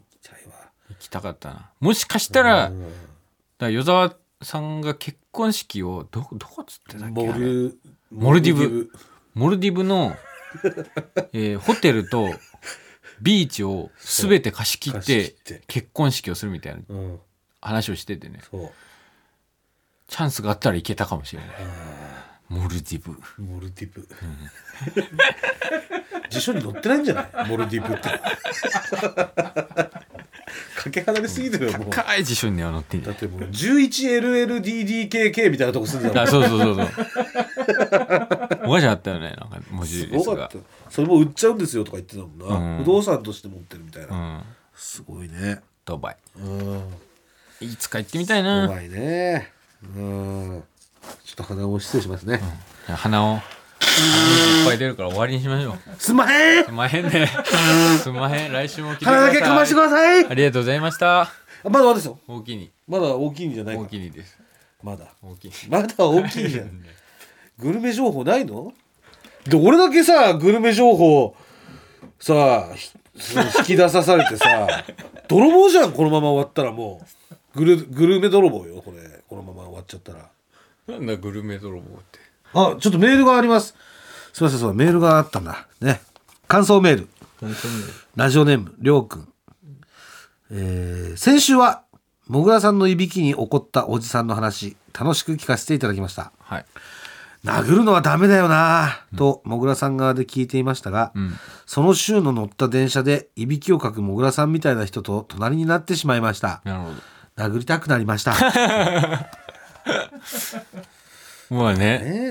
S1: 行きたいわ
S2: 行きたかったなもしかしたら,、だから与沢さんが結婚式をどどこっつってたっけ
S1: モ
S2: あれ
S1: ル
S2: モルディブモルディ ブの、えーホテルとビーチを全て貸し切っ
S1: そう貸
S2: て
S1: し切って
S2: 結婚式をするみたいな
S1: モルディブうん
S2: 話をしててね
S1: そう
S2: チャンスがあったら行けたかもしれないモルディブ
S1: モルディブ辞書に載ってないんじゃないモルディブってかけ離れすぎてるよもうだ
S2: 高い辞書には載ってんじゃ
S1: ってもう 11LLDDKK みたいなとこ住んでたもん
S2: んあそうそう そうそうおかしかったよねなんか文字
S1: す
S2: 列
S1: ごか
S2: が
S1: ったそれも売っちゃうんですよとか言ってたもんな、
S2: うん
S1: 不動産として持ってるみたいな、
S2: うん
S1: すごいね
S2: ドバ
S1: うん
S2: イいつか行ってみたいな
S1: 怖いねうんちょっと鼻を失礼しますね、
S2: 鼻を鼻水いっぱい出るから終わりにしましょう
S1: すんまへん
S2: すんまへん ねすんまへん来週も聞いてくだ
S1: 鼻
S2: さい
S1: だけかましてください
S2: ありがとうございました
S1: あまだまだですよ
S2: 大きに
S1: まだ大きいんじゃないか
S2: 大きにです
S1: まだ
S2: 大きに
S1: まだ大きいじゃん。グルメ情報ないので俺だけさグルメ情報さひその引き出さされてさ泥棒じゃんこのまま終わったらもうグルグルメ泥棒よこれこのまま終わっちゃったら
S2: なんだグルメ泥棒って
S1: あちょっとメールがありますすいませんそうだメールがあったんだね感想メールラジオネームりょうくんえー先週はもぐらさんのいびきに怒ったおじさんの話楽しく聞かせていただきました
S2: はい
S1: 殴るのはダメだよなぁと、もぐらさん側で聞いていましたが、
S2: ん
S1: その週の乗った電車で、いびきをかくもぐらさんみたいな人と隣になってしまいました。
S2: なるほ
S1: 殴りたくなりま した。
S2: どまあね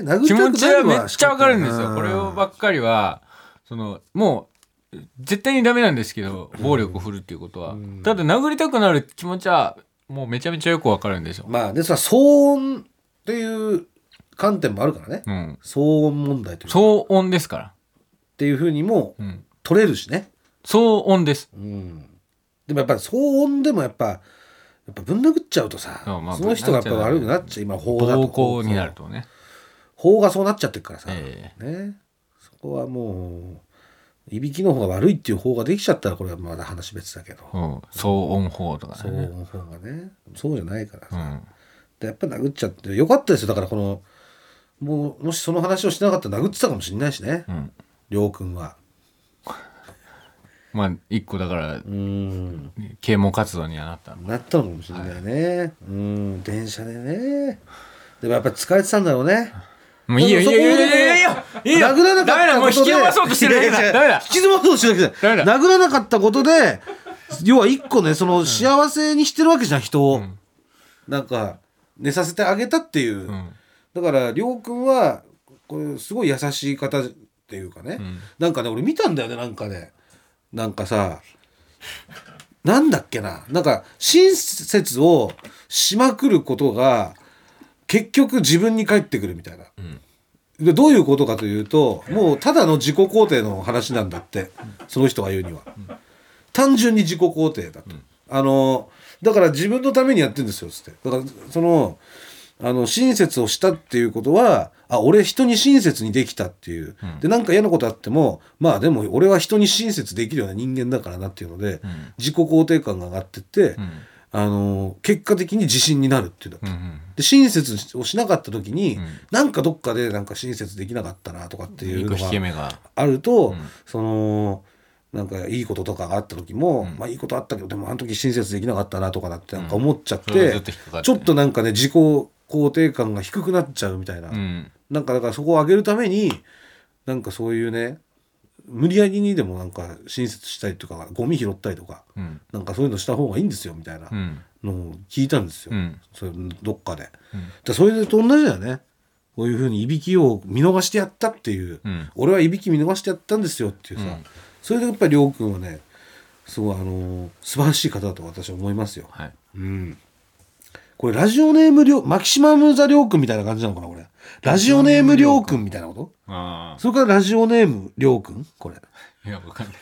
S1: えー、殴り
S2: 気
S1: た
S2: 持
S1: く
S2: ち
S1: な
S2: は
S1: る
S2: め
S1: の
S2: っ
S1: 仕
S2: ちゃ
S1: 方
S2: わかるんです
S1: う
S2: よ。これをばっかりは、その、もう、絶対にダメなんですけど、暴力を振るっていうことは。ただ、殴りたくなる気持ちは、もうめちゃめちゃよくわかるんですよ。
S1: まあね、それは騒音っていう観点もあるからね。
S2: うん。
S1: 騒音問題というかっ
S2: 騒音ですから。
S1: ていうふうにも
S2: うん。
S1: 取れるしね。
S2: 騒音です。
S1: うん。でもやっぱり騒音でもやっぱ、やっぱぶん殴っちゃうとさ、
S2: あまあ
S1: その人がやっぱ悪くなっちゃう。今法だと。
S2: 暴行になるとね。
S1: 法がそうなっちゃってるからさ、
S2: え
S1: ね、そこはもういびきの方が悪いっていう法ができちゃったらこれはまだ話別だけど、
S2: うん。騒音法とか
S1: そう
S2: ね。
S1: の方がねそうじゃないから
S2: う
S1: さ、
S2: ん。
S1: でやっぱ殴っちゃってよかったですよだからこのもうもしその話をしなかったら殴ってたかもしれないしね
S2: うん。
S1: りょうくんは
S2: まあ、一個だから
S1: う、ん
S2: 啓蒙活動にはなったの。
S1: なったのかもしれないね、うん電車でねでもやっぱ疲れてたんだろうね
S2: もういいよ、いいよ、いいよ、いいよ、いいよ。いいよ。
S1: 殴らなかったことで
S2: ダメだ、もう引き伸ばそうとしてるだけ
S1: いやい
S2: だ。
S1: や
S2: ダメだ
S1: 引。き伸ばそうとしてるだけじゃない
S2: ダ
S1: 殴らなかったことで要は一個ねその幸せにしてるわけじゃん人を、
S2: ん
S1: なんか寝させてあげたっていう、
S2: うん。
S1: だから亮君はこれすごい優しい方っていうかね、
S2: ん
S1: なんかね俺見たんだよねなんかねなんかさなんだっけななんか親切をしまくることが結局自分に返ってくるみたいな。でどういうことかというともうただの自己肯定の話なんだってその人が言うには。単純に自己肯定だと。あのだから自分のためにやってるんですよつって。だからそのあの親切をしたっていうことはあ俺人に親切にできたっていう、でなんか嫌なことあってもまあでも俺は人に親切できるような人間だからなっていうので、自己肯定感が上がってって、あの結果的に自信になるっていうだけ、で親切をしなかった時に、なんかどっかでなんか親切できなかったなとかっていう
S2: 肉
S1: の
S2: 引
S1: が
S2: け目が
S1: あると、そのなんかいいこととかがあった時も、まあいいことあったけどでもあの時親切できなかったなとかだってなんか思っちゃっ
S2: それ
S1: て,、
S2: がずっと引っかかって
S1: ちょっとなんかね自己肯定感が低くなっちゃうみたいな、
S2: うん
S1: なんかだからそこを上げるためになんかそういうね無理やりにでもなんか親切したりとかゴミ拾ったりとか
S2: うん
S1: なんかそういうのした方がいいんですよみたいな
S2: うん
S1: のを聞いたんですよ、
S2: うん
S1: それどっかで。でそれでと同じだよねこういうふうにいびきを見逃してやったっていう、
S2: うん
S1: 俺はいびき見逃してやったんですよっていうさ、
S2: うん
S1: それでやっぱり亮君はねすごいあのー素晴らしい方だと私は思いますよ。
S2: はい
S1: うんこれラジオネームりょうマキシマム・ザ・りょうくんみたいな感じなのかなこれラジオネームりょうくんみたいなこと
S2: あ
S1: それからラジオネームりょうくんこれ
S2: あいやわかんない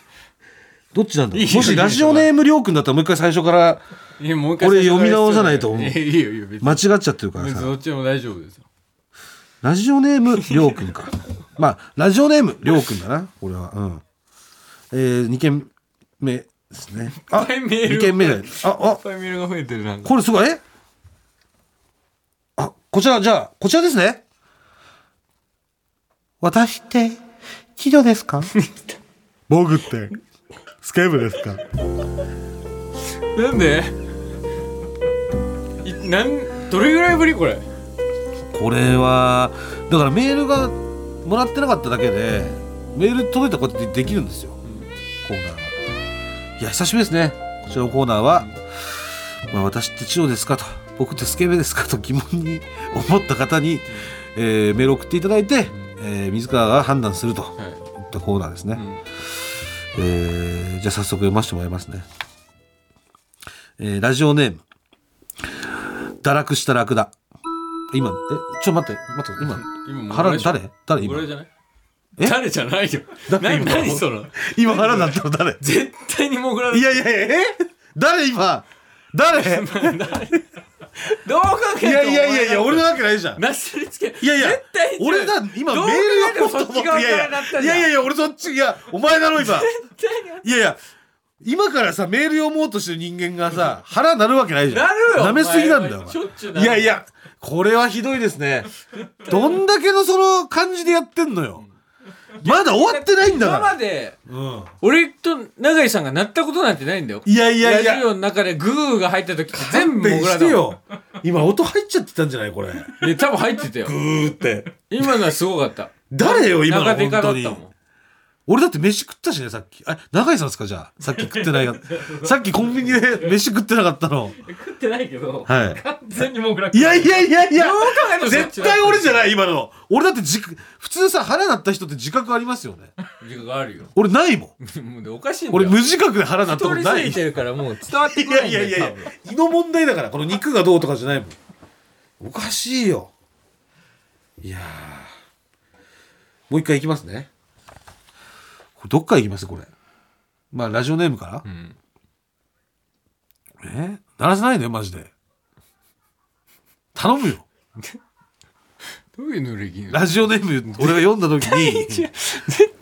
S1: どっちなんだろう
S2: いいよ
S1: もしラジオネームりょうくんだったらもう一回最初から
S2: いやもう一
S1: これ読み直さないと思う
S2: いやいいよいいよ別に
S1: 間違っちゃってるから
S2: 別に
S1: さ
S2: どっちでも大丈夫ですよ
S1: ラジオネームりょうくんかまあラジオネームりょうくんだなこれはうんえー、2件目ですねあ
S2: いっぱいメール
S1: 2件目だよああ
S2: いっぱいメールが増えてるなんか
S1: これすごい。えあ、こちら、じゃあ、こちらですね。私って、企業ですか 僕って、スケーブですか
S2: なんでいなんどれぐらいぶりこれ
S1: これは、だからメールがもらってなかっただけで、メール届いたらこうやってできるんですよ。コーナーが。いや、久しぶりですね。こちらのコーナーは、まあ、私って千代ですかと、僕ってスケベですかと疑問に思った方に、えーメールを送っていただいて、えー自らが判断すると
S2: はい
S1: ったコーナーですね。えーじゃあ早速読ませてもらいますね。えーラジオネーム、堕落したラクダ。今、え、ちょ、待って、待って、今、
S2: 今もう
S1: 腹
S2: 俺じゃ
S1: 誰誰今
S2: 俺じゃない
S1: え
S2: 誰じゃないよ
S1: 誰
S2: 何
S1: 今
S2: 何その
S1: 今腹だったの誰
S2: 絶対にもぐられ
S1: いやいやいやえ誰今 誰
S2: どう考え
S1: い
S2: ても
S1: やいやいやいや俺なわけないじゃん
S2: なすりつけ
S1: いやいや
S2: 絶対違う
S1: 俺だ今メ
S2: ど
S1: ール
S2: う考えて
S1: 読
S2: も
S1: もうと思
S2: そ
S1: っ
S2: っち
S1: てい
S2: 側から
S1: や
S2: なったんだ
S1: いやいやいや俺そっちいやお前だろ今
S2: 絶対に
S1: いやいや今からさメール読もうとしてる人間がさ腹なるわけないじゃん
S2: なるよ
S1: なめすぎなんだよ
S2: お前
S1: お前
S2: しょっちゅうなる
S1: いやいやこれはひどいですねどんだけのその感じでやってんのよまだ終わってないんだか
S2: 今ま
S1: ら
S2: で
S1: うん
S2: 俺と永井さんがなったことなんてないんだよ
S1: いやいやいや
S2: ラジオの中でグーが入った時って全
S1: 勘
S2: 部
S1: 弁
S2: もぐら
S1: し
S2: だ
S1: て
S2: もん
S1: よ今音入っちゃってたんじゃないこれ
S2: いや多分入ってたよ
S1: グーって
S2: 今のはすごかった
S1: 誰よ今の
S2: 中で
S1: 本
S2: かだ
S1: 当
S2: っ
S1: に
S2: たもん
S1: 俺だって飯食ったしねさっきあ中井さんですかじゃあさっき食ってないがさっきコンビニで飯食ってなかったの
S2: 食ってないけど
S1: はい
S2: 完全にもぐら
S1: いやいやいやいや
S2: どう考えても
S1: 絶対俺じゃ
S2: い
S1: ない今の俺だってじ普通さ腹鳴った人って自覚ありますよね
S2: 自覚あるよ
S1: 俺ないもん
S2: もうでおかしいんだよ
S1: 俺無自覚で腹鳴ったこと
S2: 太り
S1: な
S2: す
S1: い
S2: ぎ
S1: い
S2: てるからもう伝わってこな
S1: や
S2: いん
S1: い
S2: だ
S1: や
S2: よ
S1: いやいや胃の問題だからこの肉がどうとかじゃないもんおかしいよいやーもう一回いきますねこれどっからいきますこれまあラジオネームから、
S2: 多分
S1: え鳴らせないでマジで頼むよ
S2: どういうのできんの
S1: ラジオネーム俺が読んだ時 に
S2: 絶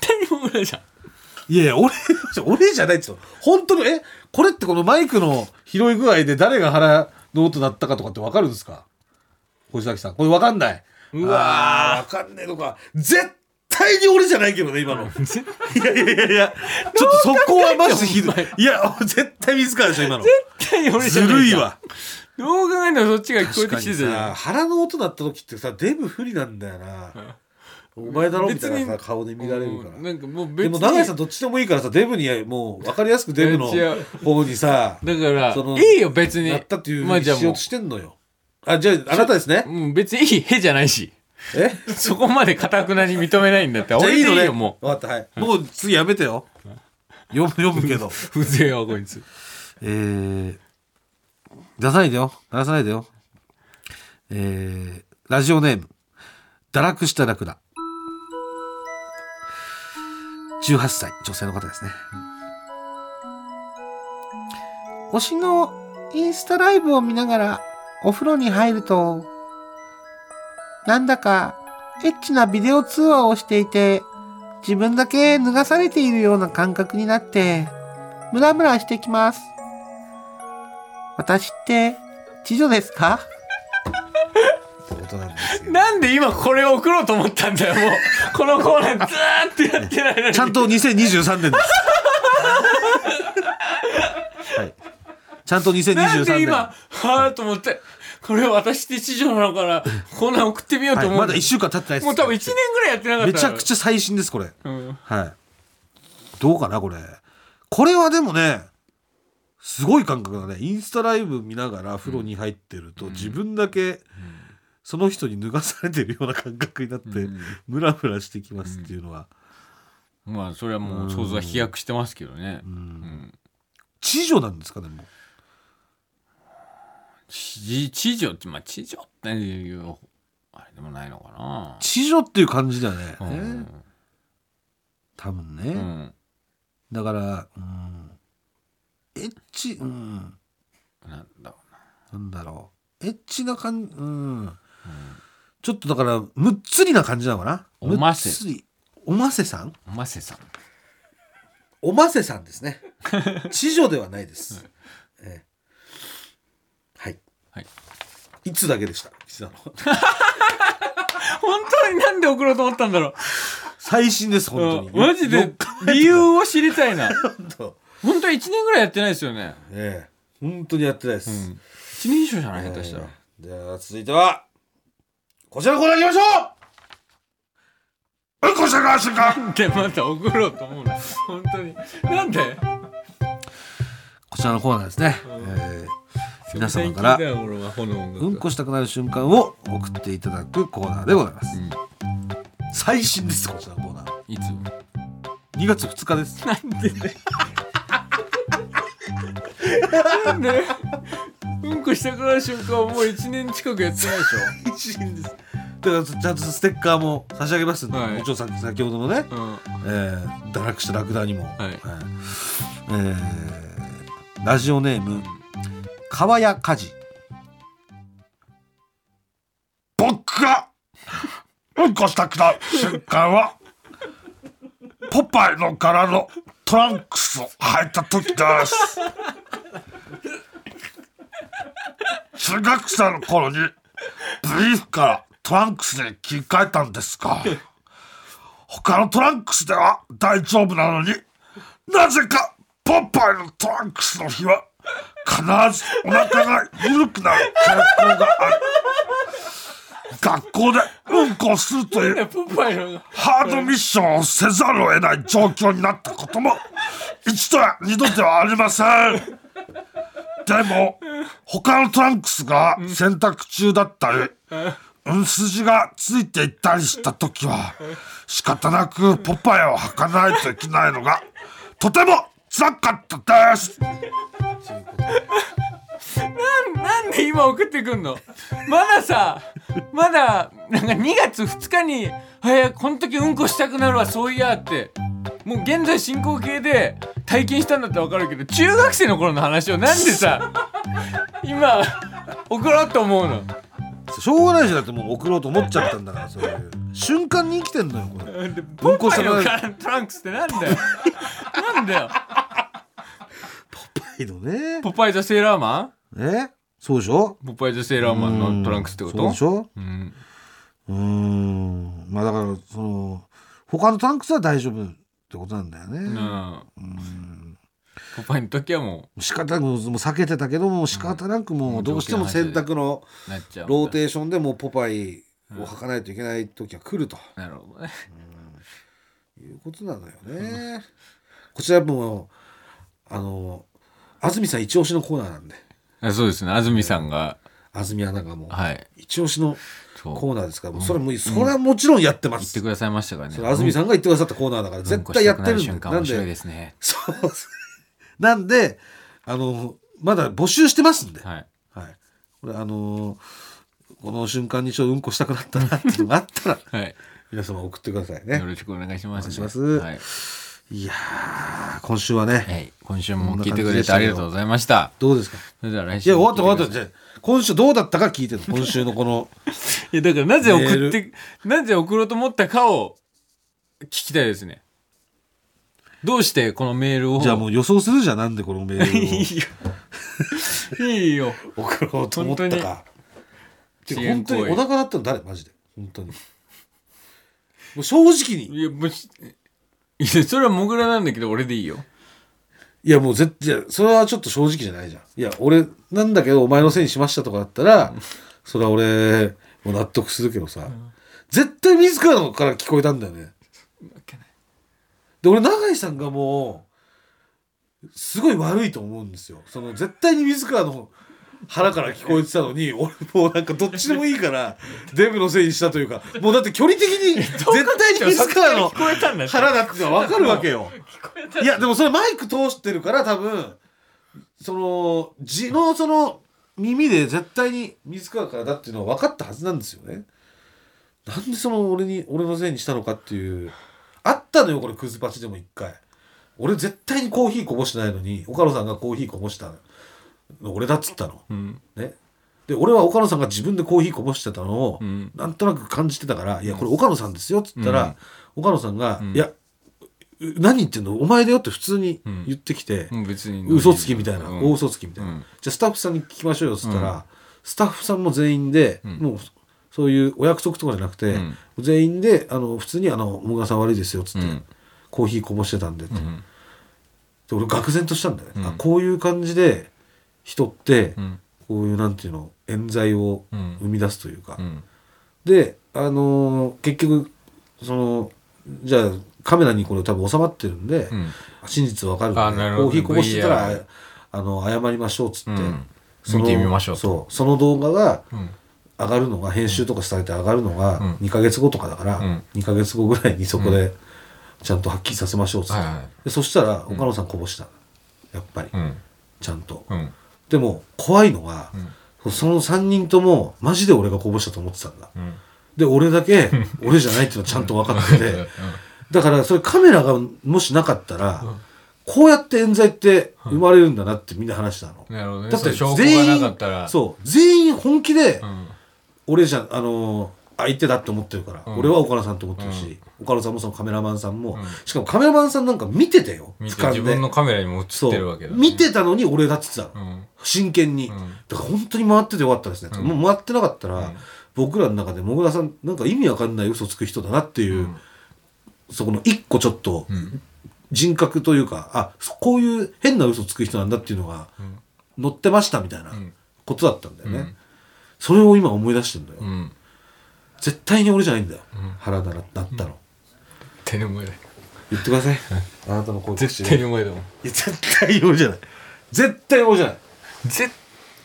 S2: 対にもぐらじゃん
S1: いやいや俺 俺じゃないっつうの本当にえこれってこのマイクの拾い具合で誰が腹の音鳴ったかとかって分かるんですか星崎さんこれ分かんないうわ分かんねえのか絶対に俺じゃないけどね今の いやいやいやいやちょっとそこはマジひどいいや絶対自らでしょ今の
S2: 絶対に俺じ
S1: ず
S2: ゃないじゃん
S1: るいわ
S2: どう考えてもそっちが聞こえてきてたじゃん
S1: さ腹の音鳴った時ってさデブ不利なんだよなお前だろみたいな
S2: 別
S1: さ
S2: に
S1: 顔で見られるから
S2: うんなんかもう別
S1: で
S2: に
S1: も永井さんどっちでもいいからさデブにもう分かりやすくデブの
S2: いや違う
S1: 方にさ
S2: だから
S1: その
S2: いいよ別に
S1: やったっていうふ
S2: ま
S1: う
S2: あ
S1: に
S2: じゃあ
S1: しよ
S2: も
S1: う
S2: う
S1: としてんのよあじゃああなたですね
S2: うん別にいいへじゃないし
S1: え
S2: そこまでかたくなに認めないんだって
S1: じゃあ
S2: 俺
S1: いいの
S2: でいい
S1: ね
S2: よも
S1: 分かったはいもう次やめてよ読む読むけど
S2: 風情はこいつ。
S1: えー、出さないでよ出さないでよえー、ラジオネーム堕落したラクダ18歳女性の方ですね、推しのインスタライブを見ながらお風呂に入るとなんだかエッチなビデオ通話をしていて自分だけ脱がされているような感覚になってムラムラしてきます私って次女です かってことなんですよ
S2: なんで今これを送ろうと思ったんだよ、もう。このコーナーずーっとやってないのに
S1: ちゃんと2023年です。はい。ちゃんと
S2: なん
S1: 2023
S2: で
S1: 年。
S2: 今、は
S1: は
S2: ぁと思って、これ私って市場なのから、コーナー送ってみようと
S1: い、
S2: 思う。
S1: まだ1週間経ってないです。
S2: もう多分1年ぐらいやってなかった
S1: めちゃくちゃ最新です、これ。
S2: ゃ。うん。
S1: はい。どうかな、これ。これはでもね、すごい感覚だね。インスタライブ見ながら風呂に入ってると、自分だけその人に脱がされてるような感覚になって、
S2: うん
S1: ムラムラしてきますっていうのは。
S2: まあ、それはもう想像は飛躍してますけどね。うん。
S1: 知女なんですかね、もう。
S2: ち地上って、まあ、地上っていう、あれでもないのかな。
S1: 知女っていう感じだね。
S2: うん。
S1: 多分ね。
S2: うん。
S1: だから、うん、エッチ、うん、
S2: なんだろう
S1: な
S2: な。
S1: んだろう。エッチな感じ、うん。ちょっとだから、むっつりな感じなのかな。
S2: おませ
S1: むっつり。おませさん
S2: おませさん。
S1: おませさんです ね。知女ではないです。ええはい。
S2: はい。
S1: いつだけでした。岸田の
S2: 本当になんで送ろうと思ったんだろう。
S1: 最新です、本当
S2: うん
S1: に。
S2: マジ
S1: よ
S2: で
S1: く考えて
S2: 理由を知りたいな。
S1: みると。
S2: 本当一年ぐらいやってないですよね。
S1: ええ本当にやってないです。
S2: うん一年以上じゃない下手したら。
S1: えーじゃあ続いてはこちらのコーナーいきましょううんこしたかしてか
S2: でまた送ろうと思うの。本当に。なんで？
S1: こちらのコーナーですね、えー皆様から
S2: 先聞いたよ俺はこの音楽
S1: うんこしたくなる瞬間を送っていただくコーナーでございます、
S2: うん
S1: 最新ですこちらのコーナー
S2: いつ？
S1: 2月2日です
S2: なんで？なんで？うんこしたくなる瞬間はもう一年近くやってないでし
S1: 最新ですだからちゃんとステッカーも差し上げますんで、
S2: はい
S1: もちろんさ先ほどのね、
S2: ょ。うん。
S1: えー堕落したラクダにも、
S2: い
S1: えーえーラジオネーム川谷家事僕がうんこしたくなる瞬間はポパイの柄のトランクスを履いた時です中学生の頃にブリーフからトランクスに切り替えたんですが他のトランクスでは大丈夫なのになぜかポパイのトランクスの日は必ずお腹が緩くなる傾向がある学校でうんこをするという
S2: いやポパイの。
S1: ハードミッションをせざるを得ない状況になったことも一度や二度ではありませんでも他のトランクスが洗濯中だったりうん筋がついていったりした時は仕方なくポパイを履かないといけないのがとても辛かったです
S2: なんで今送ってくんのまださまだなんか2月2日に「早くこの時うんこしたくなるわそういや」ってもう現在進行形で体験したんだってわかるけど中学生の頃の話をなんでさ今送ろうと思うの
S1: しょうがないじゃなくてもう送ろうと思っちゃったんだ からそういう瞬間に生きてんのよこれ
S2: ポ
S1: こし
S2: パ
S1: たくなる
S2: イのカラトランクスってなんだよなんだよ
S1: 態度ね
S2: ポパイザ・セーラーマ
S1: えそうでしょ
S2: ンポパイザ・セーラーマンのトランクスってこと
S1: そうでしょ
S2: うん
S1: うーんまあだからその他のトランクスは大丈夫ってことなんだよね。
S2: なあポパイの時はも
S1: 仕方なくもう避けてたけども仕方なくもうどうしても洗濯の
S2: うなっちゃうんだ
S1: ローテーションでもうポパイを履かないといけない時は来ると
S2: なるほどね
S1: いうことなのよね。こちらもあの安住さん一押しのコーナーなんで
S2: あそうですね安住さんが
S1: 安住アナがもう、
S2: はい
S1: 一押しの
S2: そう
S1: コーナーですからもうそれはもうそれはもちろんやってま
S2: 言っ
S1: す、
S2: てくださいましたからね
S1: それ安住さんが言ってくださったコーナーだから
S2: うん
S1: 絶対やってる
S2: うんん
S1: で、
S2: こしたくな
S1: なん
S2: る瞬間面白い
S1: で
S2: ですね
S1: そうなんであのまだ募集してますんで、
S2: はい
S1: はい、これあのーこの瞬間にちょっとうんこしたくなったなっていうのがあったら
S2: はい
S1: 皆様送ってください
S2: よ
S1: ね
S2: ろしくお願いします、
S1: お願いします
S2: はい、
S1: いやー今週はね
S2: はい、今週も聞いてくれてありがとうございました
S1: どうですか
S2: それでは来週
S1: いや終
S2: も
S1: わ
S2: 聞
S1: っ
S2: い
S1: た
S2: て
S1: 終わ
S2: く
S1: った
S2: ださい
S1: じゃあ今週どうだったか聞いてる今週のこ の
S2: いやだからなぜ
S1: メ
S2: 送
S1: ー
S2: ってなぜ送ろうと思ったかを聞きたいですねどうしてこのメールを
S1: じゃあもう予想するじゃんなんでこのメールを
S2: いいよいいよ
S1: 送ろうと思ったか。てか本当
S2: 遅延行為
S1: にお腹鳴ったの誰マジで本当に。もう正直に
S2: いやもうしいやそれはモグラなんだけど俺でいいよ
S1: いやもう絶対それはちょっと正直じゃないじゃんいや俺なんだけどお前のせいにしましたとかだったらそれは俺もう納得するけどさ、絶対自らのから聞こえたんだよねで俺永井さんがもうすごい悪いと思うんですよその絶対に自らの腹から聞こえてたのに俺もうなんかどっちでもいいからデブのせいにしたというかもうだって距離的に絶対に自らの
S2: 聞こえたんだ
S1: 腹だってのは分かるわけよ。いやでもそれマイク通してるから多分その字のその耳で絶対に水川からだっていうのは分かったはずなんですよね。なんでその俺に俺のせいにしたのかっていうあったのよこれクズパチでも一回俺絶対にコーヒーこぼしてないのに岡野さんがコーヒーこぼしたの俺だっつったの。
S2: うん
S1: ね、で俺は岡野さんが自分でコーヒーこぼしてたのを、
S2: うん
S1: なんとなく感じてたから「いやこれ岡野さんですよ」っつったら、岡野さんが「いやう何言ってんのお前だよ」って普通に言ってきて
S2: もう別に
S1: 「嘘つき」みたいな「
S2: うん
S1: 大嘘つき」みたいな、
S2: うん
S1: じゃあスタッフさんに聞きましょうよ」っつったら、スタッフさんも全員で、もうそういうお約束とかじゃなくて、
S2: ん
S1: 全員であの普通にあの「小川さん悪いですよ」っつって、
S2: うん
S1: コーヒーこぼしてたんで」って、
S2: ん
S1: で俺愕然としたんだよね、あこういう感じで人って、
S2: うん
S1: こういうなんていうの冤罪を
S2: うん
S1: 生み出すというか、
S2: うん
S1: であのー結局そのじゃあカメラにこれ多分収まってるんで、
S2: うん
S1: 真実わかるんで
S2: あなるほ
S1: コ
S2: ど
S1: ーヒーこぼしてたら
S2: VR
S1: あの謝りましょうっつって、
S2: うん
S1: その
S2: 見てみましょうと
S1: そうその動画が
S2: うん
S1: 上がるのが編集とかされて上がるのが
S2: うん
S1: 2ヶ月後とかだから、
S2: うん
S1: 2ヶ月後ぐらいにそこでちゃんとはっきりさせましょうっつって、
S2: はいはい
S1: でそしたら岡野さんこぼした、やっぱり、
S2: うん
S1: ちゃんと。
S2: うん
S1: でも怖いのが、その3人ともマジで俺がこぼしたと思ってたんだ
S2: うん
S1: で俺だ け俺じゃないっていうのはちゃんと分かって
S2: うん
S1: てだからそれカメラがもしなかったら、こうやって冤罪って生まれるんだなってみんな話したの、
S2: なるほどね
S1: だっ
S2: そ
S1: て
S2: う証拠
S1: 全
S2: がなか
S1: 員
S2: ったら
S1: そう全員本気で
S2: うん
S1: 俺じゃあのー相手だって思ってるから、
S2: うん
S1: 俺は岡野さんと思ってるし、岡野さんもそのカメラマンさんも、しかもカメラマンさんなんか見てたよ
S2: 見て
S1: 俯瞰
S2: 自分のカメラにも映
S1: そ
S2: ってるわ
S1: う
S2: けだね
S1: 見てたのに俺だって言ってた
S2: う
S1: の、
S2: ん
S1: 真剣に、
S2: うん
S1: だから本当に回っててよかったですね、もう回ってなかったら、僕らの中でもぐらさんなんか意味わかんない嘘つく人だなっていう、
S2: うん
S1: そこの一個ちょっと
S2: ん
S1: 人格というか、あそこういう変な嘘つく人なんだっていうのが載ってましたみたいなんことだったんだよね、
S2: うん
S1: それを今思い出してんだよ、
S2: うん
S1: 絶対に俺じゃないんだよ、腹だななったの、
S2: 手の前だ
S1: 言ってくださいあなたの声
S2: 絶対にお前だもん
S1: いや絶対俺じゃない絶対俺じゃない
S2: 絶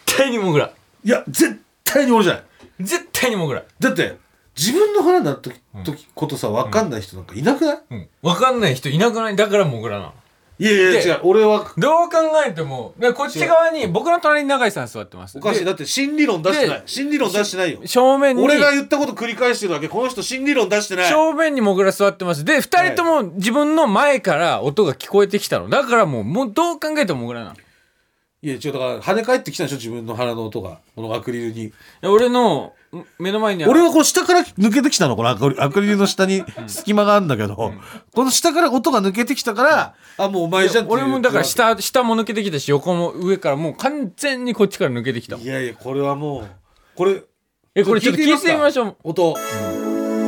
S2: 対にモグラ
S1: いや絶対に俺じゃない
S2: 絶対にモグラ
S1: だって自分の腹になった時、時ことさ分かんない人なんかいなくない、
S2: うん分かんない人いなくないだからモグラなの
S1: いやいや
S2: で
S1: 違う俺は
S2: どう考えてもだからこっち側に僕の隣に永井さん座ってます
S1: おかしい
S2: で
S1: だって新理論出してない
S2: で
S1: 新理論出してないよ
S2: 正面に
S1: 俺が言ったこと繰り返してるだけこの人新理論出してない
S2: 正面にモグラ座ってますで二人とも自分の前から音が聞こえてきたのだからもうもうどう考えてもモグラなのい
S1: いや違うだから跳ね返ってきたでしょ自分の腹の音がこのアクリルに
S2: や俺のん目の前にある
S1: 俺はこの下から抜けてきたのこのアクリアクリルの下に隙間があるんだけど、この下から音が抜けてきたから、あもうお前じゃんっていう
S2: 俺もだから下下も抜けてきたし横も上からもう完全にこっちから抜けてきたもん
S1: いやいやこれはもうこれ
S2: えこれちょっと聞いてみましょう
S1: 音、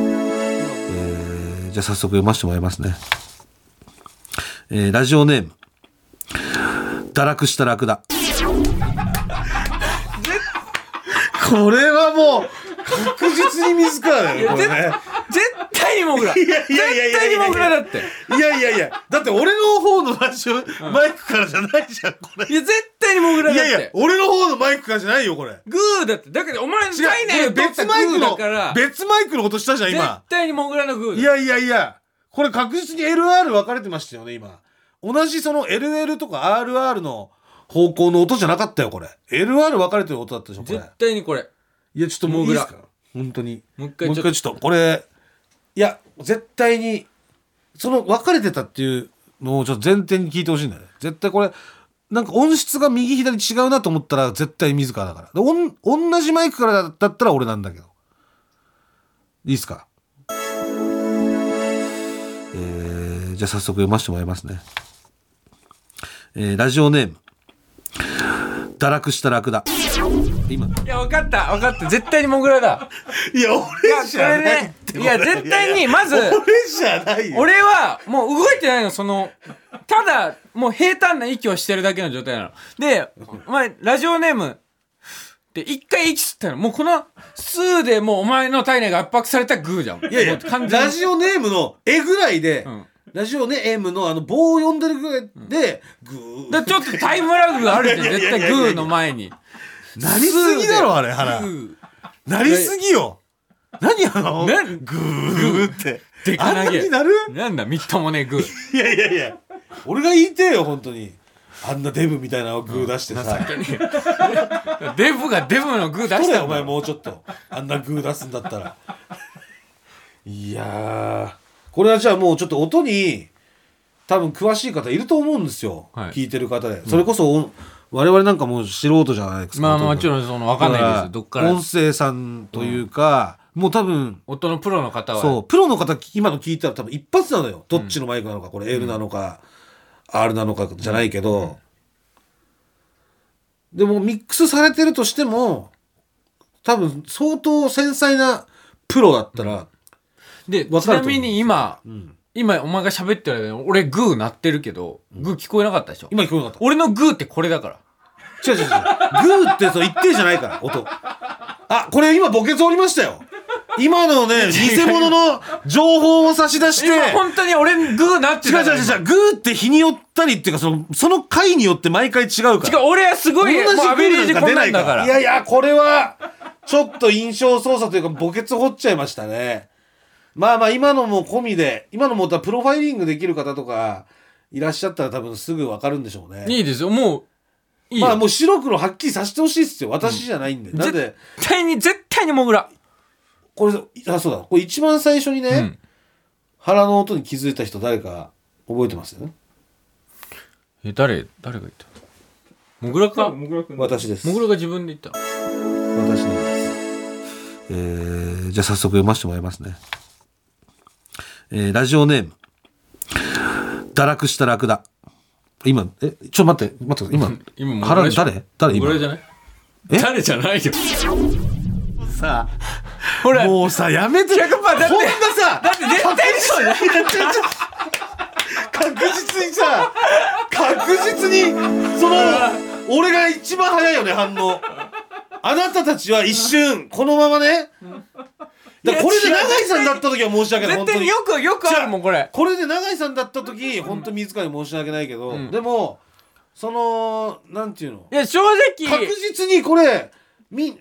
S1: えーじゃあ早速読ませてもらいますね、えーラジオネーム堕落したラク ダこれはもう確実に自らだよこれね
S2: 絶対対にモグラ
S1: いやいやいやいや
S2: 絶対にモグラだって
S1: いやいやいやだって俺の方のラジオマイクからじゃないじゃんこれ
S2: いや絶対にモグラ
S1: い
S2: だっ
S1: や
S2: て
S1: いや俺の方のマイクからじゃないよこれ
S2: グーだってだけどお前の
S1: 違う
S2: 概念を取っ
S1: 別
S2: たグ
S1: マイク
S2: ーだ
S1: の
S2: から
S1: 別マイクのことしたじゃん
S2: 絶
S1: 今
S2: 対にモグラのグー
S1: い
S2: だ
S1: やいやいやこれ確実に LR 分かれてましたよね今同じその LL とか RR の方向の音じゃなかったよこれ LR 分かれてる音だったでしょこれ
S2: 絶対にこれ
S1: いやちょっともういいですか本当に
S2: もう一
S1: も
S2: 回
S1: う
S2: ち
S1: 一回ちょ
S2: ょっと
S1: っとこれいや絶対にその別れてたっていうのをちょっと前提に聞いてほしいんだよね絶対これなんか音質が右左違うなと思ったら絶対自らだからでおん同じマイクからだだったら俺なんだけどいいですかえーじゃあ早速読ませてもらいますねえーラジオネーム堕落したラクダ今
S2: いや分かった分かった絶対にモグ ラだ
S1: いや
S2: いや
S1: 俺
S2: これねいや絶対 にまず
S1: じゃないよ
S2: 俺はもう動いてないのそのただもう平坦な息をしてるだけの状態なのでお前ラジオネームで一回息吸ったのもうこの吸うでもうお前の体内が圧迫されたグーじゃんい
S1: いやいや
S2: 完全
S1: ラ
S2: に
S1: ジオネームの絵ぐらいで、
S2: ん
S1: ラジオネームのあの棒を読んでるぐらいで、グー
S2: だからちょっとタイムラグがあるじゃん
S1: いやい
S2: 絶
S1: やいやいや
S2: 対グーの前に
S1: なりすぎだろあれ
S2: グ
S1: 腹
S2: ー
S1: なりすぎよ何あのグ
S2: ね
S1: ーって
S2: でか
S1: あん
S2: な
S1: な
S2: げ
S1: になる
S2: なんだみっともねえグー
S1: いやいやいや俺が言いてえよ本当にあんなデブみたいなのグー出してさ、
S2: デブがデブのグー出
S1: ど
S2: し
S1: れ
S2: た
S1: お
S2: ん
S1: 前
S2: だ
S1: もうちょっとあんなグー出すんだったらいやーこれはじゃあもうちょっと音に多分詳しい方いると思うんですよ、
S2: はい
S1: 聞いてる方でそれこそ、お我々なんかもう素人じゃないですか
S2: まあまあも
S1: も
S2: ちろんその分かんないですどっから
S1: 音声さんというか、もう多分
S2: 夫のプロの方は
S1: そうプロの方今の聞いたら多分一発なのよどっちのマイクなのか、これ L なのか、R なのかじゃないけど、でもミックスされてるとしても多分相当繊細なプロだったら、
S2: で
S1: わ
S2: ち
S1: かる
S2: な
S1: と思う
S2: みに今
S1: うん
S2: 今お前が喋ってる間に俺グー鳴ってるけどグー聞こえなかったでしょ
S1: 今聞こえなかっ
S2: 俺のグーってこれだから
S1: た違う違う違うグーってそう一定じゃないから音あこれ今墓穴おりましたよ今のね偽物の情報を差し出して
S2: 今本当に俺グー鳴って
S1: 違う
S2: たから
S1: 違う違うグーって日によったりっていうかそのその回によって毎回違うから
S2: 違う俺はすごいもうアベレージこんなんだから
S1: いやいや、これは、ちょっと印象操作というか、墓穴掘っちゃいましたね。まあまあ、今のも込みで、今のもたプロファイリングできる方とか、いらっしゃったら多分すぐわかるんでしょうね。
S2: いいですよもういいよ、
S1: まあもう白黒はっきりさせてほしいっすよ。私じゃないんで。なん
S2: 絶
S1: で、
S2: 対に絶対にモグラ
S1: これ、あ、そうだ。これ一番最初にね、
S2: うん
S1: 腹の音に気づいた人誰か覚えてますよね。
S2: え誰誰が言ったモグラかモ
S3: もぐらくん
S1: 私です。
S2: グラが自分で言った
S1: 私なんです。えーじゃあ早速読ませてもらいますね。えーラジオネーム。堕落したラクダ。今、え、ちょ、待って、待って、今、
S2: 今モグラ
S1: 腹
S2: でしょ
S1: 誰誰
S2: モグラ
S1: 今。
S2: じゃない
S1: え
S2: 誰じゃない よ
S1: さ
S2: ほら
S1: うさ、やめて
S2: 100%だって
S1: こんなさ、
S2: だって絶対にそうだよ
S1: 確実にさ、確実に、その、俺が一番早いよね、反応。あなたたちは一瞬、このままね。だからこれで永井さんだった時は申し訳ない、
S2: 絶
S1: 本当
S2: 対に
S1: に。
S2: よくよくあるもんこれ
S1: これで永井さんだった時本当自らに申し訳ないけど、
S2: うん
S1: でもそのなんていうの
S2: いや正
S1: 確
S2: 直
S1: 実にこれみ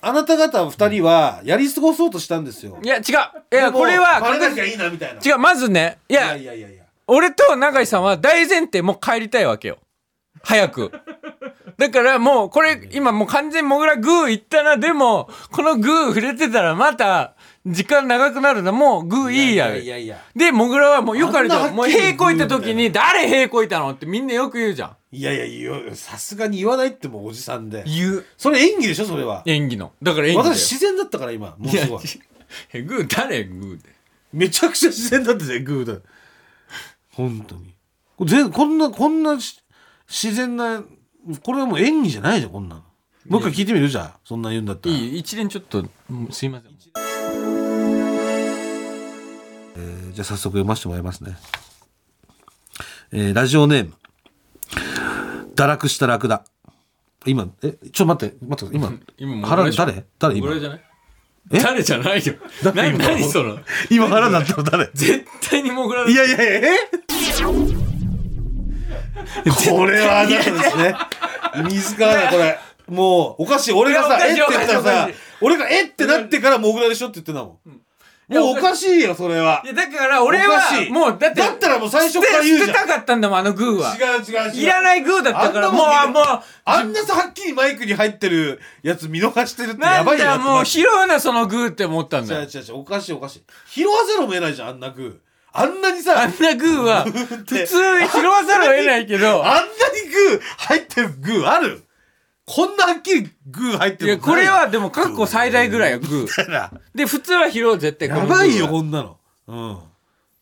S1: あなた方二人はやり過ごそうとしたんですよ。
S2: いや違ういやこれは
S1: バレなきゃ
S2: 確
S1: いいなみたいな。
S2: 実違うまずねい
S1: い
S2: や
S1: やいやいやいや。
S2: 俺と永井さんは大前提もう帰りたいわけよ早くだからもうこれ今もう完全にモグラグーいったなでもこのグー触れてたらまた時間長くなるなもうグーいいや
S1: いやいやいや。
S2: でモグラはもうよくあるじ
S1: あん
S2: ゃ
S1: なんは
S2: もう
S1: っきり
S2: 平行いった時
S1: グー
S2: に誰平行いたのってみんなよく言うじゃん
S1: いやいやよさすがに言わないってもうおじさんで。
S2: 言う
S1: それ演技でしょそれは。
S2: 演技のだから演技だよ
S1: 私自然だったから今もう
S2: いや
S1: すごい。
S2: えグー誰グーで
S1: めちゃくちゃ自然だったぜグーだ本当にこれ全こんなこんなし自然なこれはもう演技じゃないじゃんこんなのもう一回聞いてみるじゃあそんなん言うんだったら
S2: いい一連ちょっともうすいません
S1: えーじゃあ早速読ませてもらいますね、えーラジオネーム堕落したラクダ今えちょっと待って待って今
S2: 今モグ
S1: 腹
S2: ラでしょ
S1: 誰誰
S2: モ
S1: 今
S2: グラじゃない
S1: え
S2: 誰じゃないよ
S1: だ
S2: な
S1: って今
S2: 何その
S1: 今腹になったの誰
S2: 絶対にモグラだ
S1: いやいやいやえこれはあなたですね水川だこれもうおかしい俺がさ
S2: い
S1: えっ
S2: や
S1: て
S2: おかしい
S1: 言ったら
S2: おか
S1: さ
S2: しい
S1: 俺がえってなってからモグラでしょって言ってんだもん
S2: いや
S1: もうおかしいよそれはい
S2: やだから俺
S1: おかし
S2: はいもうだって
S1: だったらもう最初から言う
S2: 捨
S1: じ
S2: て
S1: ゃん
S2: たかったんだもんあのグーは
S1: 違う違う違う
S2: いらないグーだったから
S1: あんな
S2: も
S1: もん
S2: うもう
S1: あんなさはっきりマイクに入ってるやつ見逃してるって
S2: な
S1: や
S2: ん
S1: ばいよ
S2: だもう
S1: 違
S2: 拾うなそのグーって思ったん
S1: う
S2: だよ
S1: 違う違うおかしいおかしい拾わざるを得ないじゃんあんなグーあんなにさ
S2: あんなグーは普
S1: ーっ
S2: 通
S1: て
S2: に拾わざるを得ないけ ど
S1: あんなにグー入ってるグーあるこんなはっきりグー入って
S2: い
S1: る
S2: や
S1: こと
S2: こ
S1: ない
S2: れはでも過去最大ぐらいよグー
S1: だから
S2: で普通は拾う絶対この
S1: や
S2: グーは
S1: ばいよこんなのうん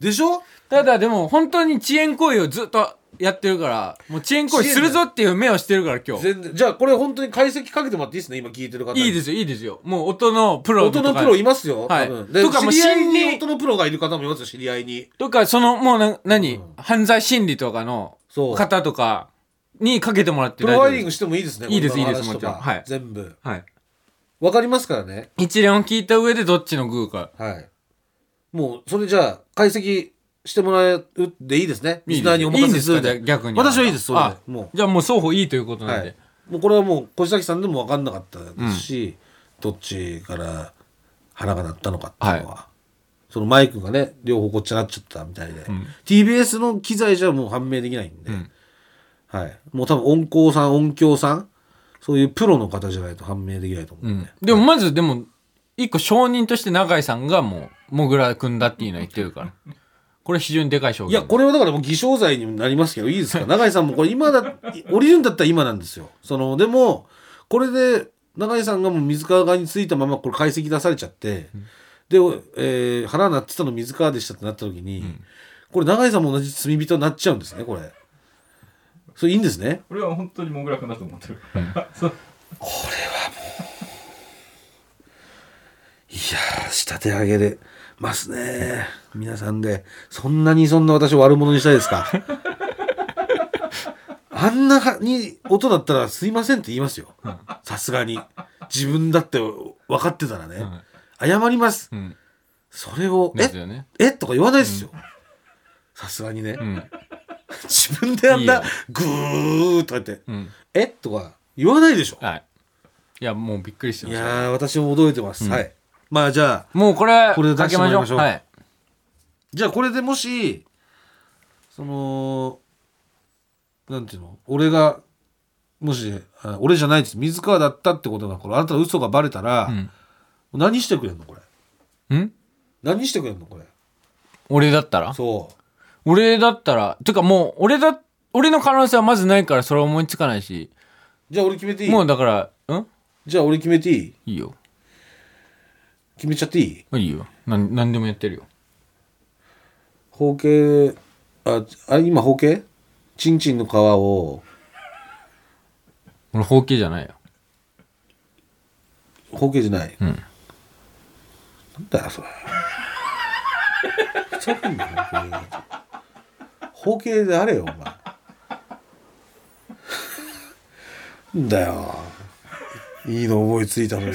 S1: でしょ
S2: ただでも本当に遅延行為をずっとやってるからもう遅延行為するぞっていう目をしてるから今日
S1: 全然じゃあこれ本当に解析かけてもらっていいですね今聞いてる方
S2: いいですよいいですよもう音のプロ
S1: 音
S2: と
S1: の
S2: か
S1: プロいますよ、
S2: はい
S1: 多分で
S2: とかもう
S1: 知り合い
S2: 心
S1: に
S2: 理
S1: 音のプロがいる方もいますよ知り合いに
S2: とかそのもうな何、
S1: うん
S2: 犯罪心理とかの
S1: そう
S2: 方とかにかけてもらって
S1: プロファイリン
S2: で
S1: グ
S2: す
S1: してもいいですね
S2: いいです
S1: この話
S2: いいです
S1: とか
S2: もちろんはい
S1: 全部
S2: はい
S1: わかりますからね
S2: 一連を聞いた上でどっちのグーか
S1: はいもうそれじゃあ解析してもらうでいいですね
S2: い
S1: リ
S2: い
S1: スナーにお任せする
S2: いいんですかじゃあ逆に
S1: 私はいいですそれで
S2: あ
S1: もう
S2: じゃあもう双方いいということなん
S1: は
S2: で、
S1: い、もうこれはもう小崎さんでも分かんなかったですし、どっちから花が鳴ったのかっていうのは、そのマイクがね両方こっちになっちゃったみたいで、
S2: ん
S1: TBS の機材じゃもう判明できないんで、
S2: ん
S1: はい、もう多分音響さん音響さんそういうプロの方じゃないと判明できないと思う
S2: うん
S1: で、
S2: ん、でもまずでも一個証人として永井さんがもうもぐら君だっていうのは言ってるからこれ非常にでかい証
S1: いや
S2: 言
S1: これはだからもう偽証罪になりますけどいいですか永井さんもこれ今だ降りるんだったら今なんですよそのでもこれで永井さんがもう水川側についたままこれ解析出されちゃって、で、えー腹鳴ってたの水川でしたってなった時に、これ永井さんも同じ罪人になっちゃうんですねこれそれいいんですね
S3: 俺は本当にモグラ君だと思ってる。そう
S1: いやー仕立て上げでますね皆さんでそんなにそんな私を悪者にしたいですか あんなはに音だったら「すいません」って言いますよさすがに自分だって分かってたらね、謝ります、
S2: ん
S1: それを「
S2: ですよ
S1: え
S2: ね
S1: えとか言わないですよさすがにね、
S2: ん
S1: 自分であんない
S2: いよ
S1: グーとか言って「
S2: うん
S1: えとか言わないでしょ
S2: はいいやもうびっくりして
S1: い
S2: まし
S1: や
S2: た
S1: ー私も驚いてます、はいまあじゃあ
S2: もうこれ
S1: これ
S2: か
S1: 出し
S2: け
S1: てもら
S2: まし
S1: い
S2: ょ
S1: まし
S2: う
S1: ょう
S2: はい
S1: じゃあこれでもしそのなんていうの俺がもしあ俺じゃないです水川だったってことがこれあなたの嘘がバレたら、何してくれんのこれ
S2: ん
S1: 何してくれんのこれ
S2: 俺だったら
S1: そ
S2: 俺だったらてかもう俺だ俺の可能性はまずないからそれは思いつかないし
S1: うじゃあ俺決めていい
S2: もうだからん
S1: じゃあ俺決めていい
S2: いいよ
S1: 決めちゃっていい
S2: いいよなん何でもやってるよ
S1: 包茎ああ今包茎チンチンの皮を
S2: 俺包茎じゃないよ
S1: 包茎じゃない、
S2: ん
S1: なんだよそれふざけんなよ包茎包茎であれよお前なんだよいいの思いついたのによ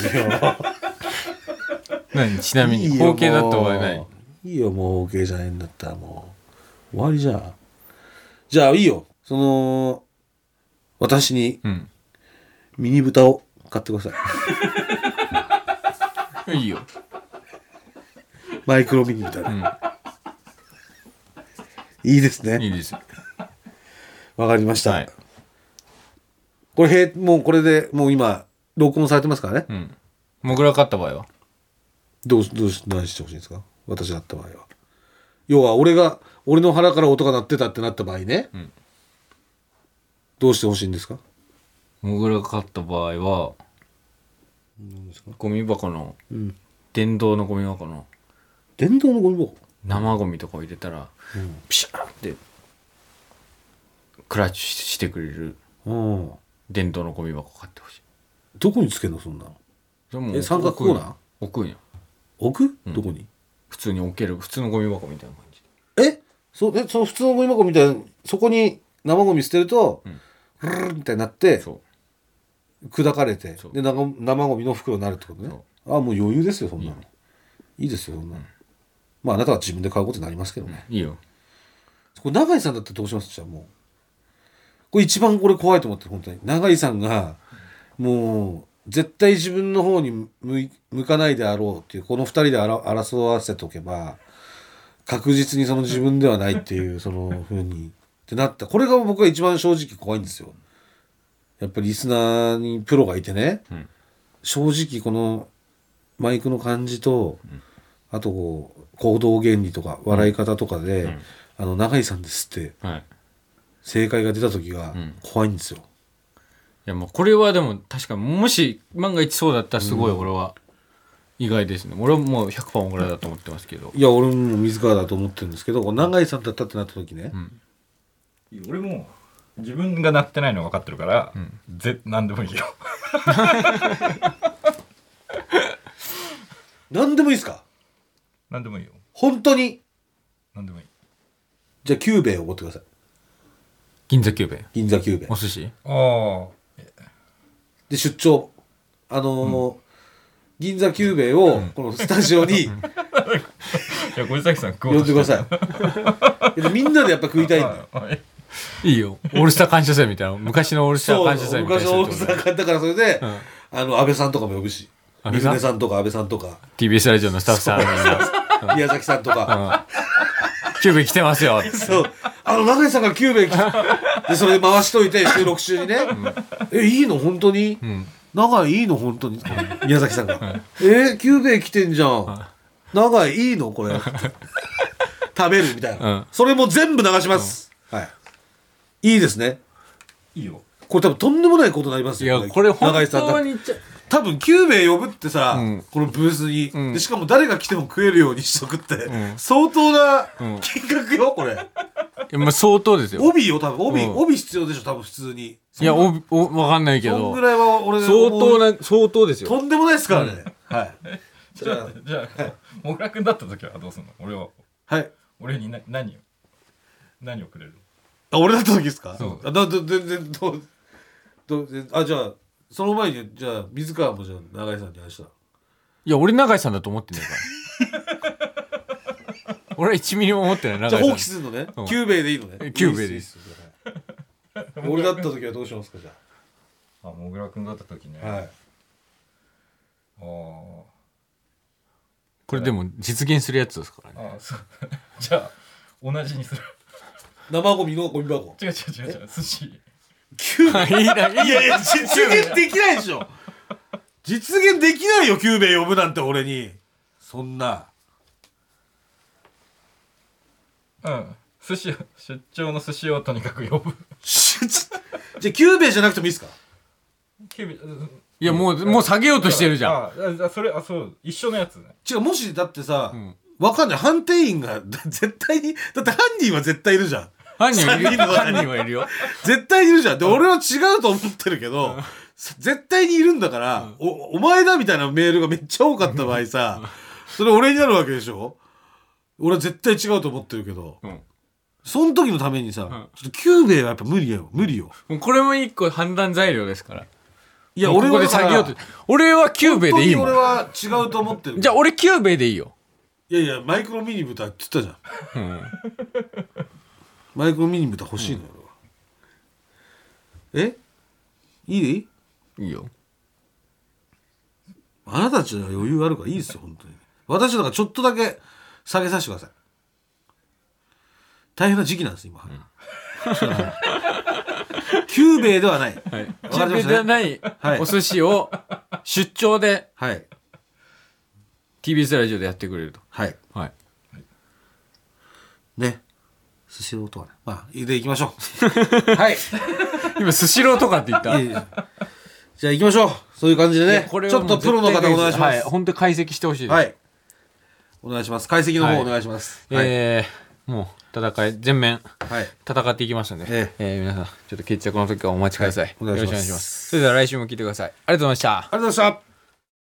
S2: 何ちなみ
S1: い
S2: に
S1: いよ
S2: 包茎だとはない
S1: もういいよもう包茎じゃないんだったらもう終わりじゃんじゃあいいよその私に
S2: うん
S1: ミニ豚を買ってください
S2: いいよ
S1: マイクロミニ豚で、いいですね
S2: いいですよ
S1: わかりました。
S2: はい
S1: これ、へいもうこれで、もう今、録音されてますからね。
S2: うんもぐら勝った場合は
S1: どうし、どうし、何してほしいんですか私だった場合は。要は、俺が、俺の腹から音が鳴ってたってなった場合ね。
S2: ん
S1: どうしてほしいんですか
S2: もぐら勝った場合はゴミ箱の
S1: ん
S2: 電動のゴミ箱の
S1: 電動のゴミ箱。
S2: 生ゴミとかを入れたら、ピシャーってクラッチししてくれる
S1: うん。
S2: 電動のゴミ箱買ってほしい
S1: どこにつけんのそんなの。
S2: それも
S1: え三角コーナー
S2: 置くんよ
S1: 置く、どこに
S2: 普通に置ける普通のゴミ箱みたいな感じ
S1: えそえそう、普通のゴミ箱みたいな、そこに生ゴミ捨てると、ルルルみたいになって
S2: そ
S1: 砕かれて
S2: そう
S1: で生生ゴミの袋になるってこと
S2: う
S1: ね
S2: そう
S1: あもう余裕ですよそんなのいいですよそんなのまああなたは自分で買うことになりますけどね
S2: いいよ
S1: これ永井さんだってどうしますじゃあもうこれ一番これ怖いと思ってる本当に永井さんがもう絶対自分の方に向い向かないであろうっていうこの二人で争争わせておけば確実にその自分ではないっていうその風にってなったこれが僕は一番正直怖いんですよやっぱりリスナーにプロがいてね、
S2: ん
S1: 正直このマイクの感じと、あとこう行動原理とか笑い方とかで、あの永井さんですって
S2: はい
S1: 正解が出た時が
S2: ん
S1: 怖いんですよ、
S2: いやもうこれはでも確かもし万が一そうだったらすごい俺は意外ですね、俺はもう100%オンぐらいだと思ってますけど
S1: いや俺も水川だと思ってるんですけどこう永井さんだったってなった時ね、
S3: 俺も自分がなってないの分かってるから、ぜ何でもいいよ
S1: 何でもいいですか
S3: 何でもいいよ
S1: 本当に
S3: 何でもいい
S1: じゃあ久兵衛をおごってください
S2: 銀座久兵衛
S1: 銀座久兵衛
S2: お寿司
S3: あ
S1: で出張あのー銀座久兵衛をこのスタジオ に
S3: あいや小崎さん食
S1: 呼んでくださいいやみんなでやっぱ食いたいんだよ
S3: い
S2: いいよオールスター感謝祭みた いな昔のオールスタ
S1: そ
S2: ー
S1: う
S2: 感謝祭みたい
S1: 昔
S2: な
S1: の大阪だからそれで、
S2: ん
S1: あの安倍さんとかも呼ぶし
S2: 安
S1: 三
S2: 倍さ
S1: 船さ
S2: ん
S1: んとか安倍さんとか
S2: TBS ラジオのスタッフさんみん
S1: 宮崎さんとか、
S2: な「久兵衛来てますよ」
S1: そう。あの、永井さんが9名で、それで回しといて、収録中にね。え、いいの本当に、
S2: ん
S1: 長井いいの本当に宮崎さんが。え、9名来てんじゃん。長井いいのこれ。食べるみたいな、
S2: うん
S1: それも全部流します。はい。いいですね。
S3: いいよ
S1: これ多分とんでもないことになります
S2: い
S1: よ。
S2: やこれ本
S1: 永井さん
S2: 当
S1: が
S2: にちゃ
S1: 多分9名呼ぶってさ、
S2: うん
S1: このブースに、
S2: ん
S1: でしかも誰が来ても食えるようにしとくって、
S2: ん
S1: 相当な
S2: うん
S1: 金額よ、これ。
S2: いやまあ相当ですよ
S1: 帯よ多分帯、
S2: うん
S1: 帯必要でしょ多分普通に
S2: いやおおわかんないけ
S1: そん
S2: ど
S1: ぐらいは俺が
S2: 相
S1: 思う
S2: 当な相当ですよ
S1: とんでもないですからね、はい
S3: じゃあじゃあもぐらくんだった時はどうすんの俺は
S1: はい
S3: 俺にな何を何をくれる
S1: あ俺だった時ですか
S3: そう
S1: あだだ全然どうどう全あじゃあその前にじゃあ水川もじゃあ永井さんに話した
S2: いや俺永井さんだと思ってないから俺は1ミリも思ってない
S1: じゃあ
S2: 永
S1: 放
S2: 井
S1: 棄
S2: さ
S1: するのね、
S2: うん
S1: キューベイでいいのね
S2: キューベイでいい
S1: すはい俺だった時はどうしますかじゃ
S3: あもぐらくんだった時ね、
S1: あ
S3: あ
S1: はい
S3: あ
S2: んこれでも実現するやつですからね
S3: ああそう じゃあ同じにする
S1: 生ゴミのゴミ箱
S3: 違う違う違う違う寿司
S1: キューベイ
S2: いいない
S1: いやいや実現できないでしょ実現できないよキューベイ呼ぶなんて俺にそんな
S3: うん寿司を出張の寿司をとにかく呼ぶ
S1: シュッじゃあキューベイじゃなくてもいいですか
S3: 警備うん
S2: いやもうもう下げようとしてるじゃん
S3: あああそれあそう一緒のやつね
S1: 違うもしだってさ、
S2: ん
S1: わかんない判定員がだ絶対にだって犯人は絶対いるじゃん
S2: 犯人はいる
S1: 下げるのは
S2: 犯人はいるよ
S1: 絶対いるじゃんで、俺は違うと思ってるけど、さ絶対にいるんだから、おお前だみたいなメールがめっちゃ多かった場合さ、それ俺になるわけでしょ俺は絶対違うと思ってるけど、
S2: うん
S1: その時のためにさ、
S2: ん
S1: ちょっとキューベイはやっぱ無理よ無理よ
S2: もうこれも一個判断材料ですから
S1: い
S2: いや俺ここで下げようと俺はキューベでいいも
S1: 本当に
S2: ん
S1: 俺は違うと思ってる
S2: じゃあ俺キューベでいいよ
S1: いやいやマイクロミニブタって言ったじゃん
S2: うん
S1: マイクロミニブタ欲しいの、俺はえいい
S2: いいよ
S1: あなたたちは余裕あるからいいですよ本当に私だからちょっとだけ下げさせてください大変な時期なんです今、だから久兵衛ではない
S2: はい
S1: わ
S2: キ
S1: かり
S2: ュー
S1: ま
S2: ベ
S1: し
S2: で
S1: たね
S2: ない
S1: はい
S2: お寿司を出張で
S1: はい
S2: TBS ラジオでやってくれると
S1: はい
S2: はい
S1: ね寿司郎とはねまあで行きましょう はい
S2: 今スシローとかって言っ
S1: い
S2: た
S1: やいやじゃあ行きましょうそういう感じで
S2: い
S1: ね
S2: やこれ
S1: ち
S2: は
S1: ょ
S2: も
S1: っ
S2: う
S1: とプロの方お願いしま
S2: はい
S1: す
S2: 本当に解析してほしいです
S1: はい。お願いします。解析の
S2: はい
S1: 方お願いします。はい。
S2: えーもう戦い全面
S1: はい。
S2: 戦っていきますので、
S1: え
S2: えー皆さんちょっと決着の時はお待ちください、
S1: はいお願いします
S2: よろくお願いしますそれでは来週も聞いてくださいありがとうございました
S1: ありがとうございました。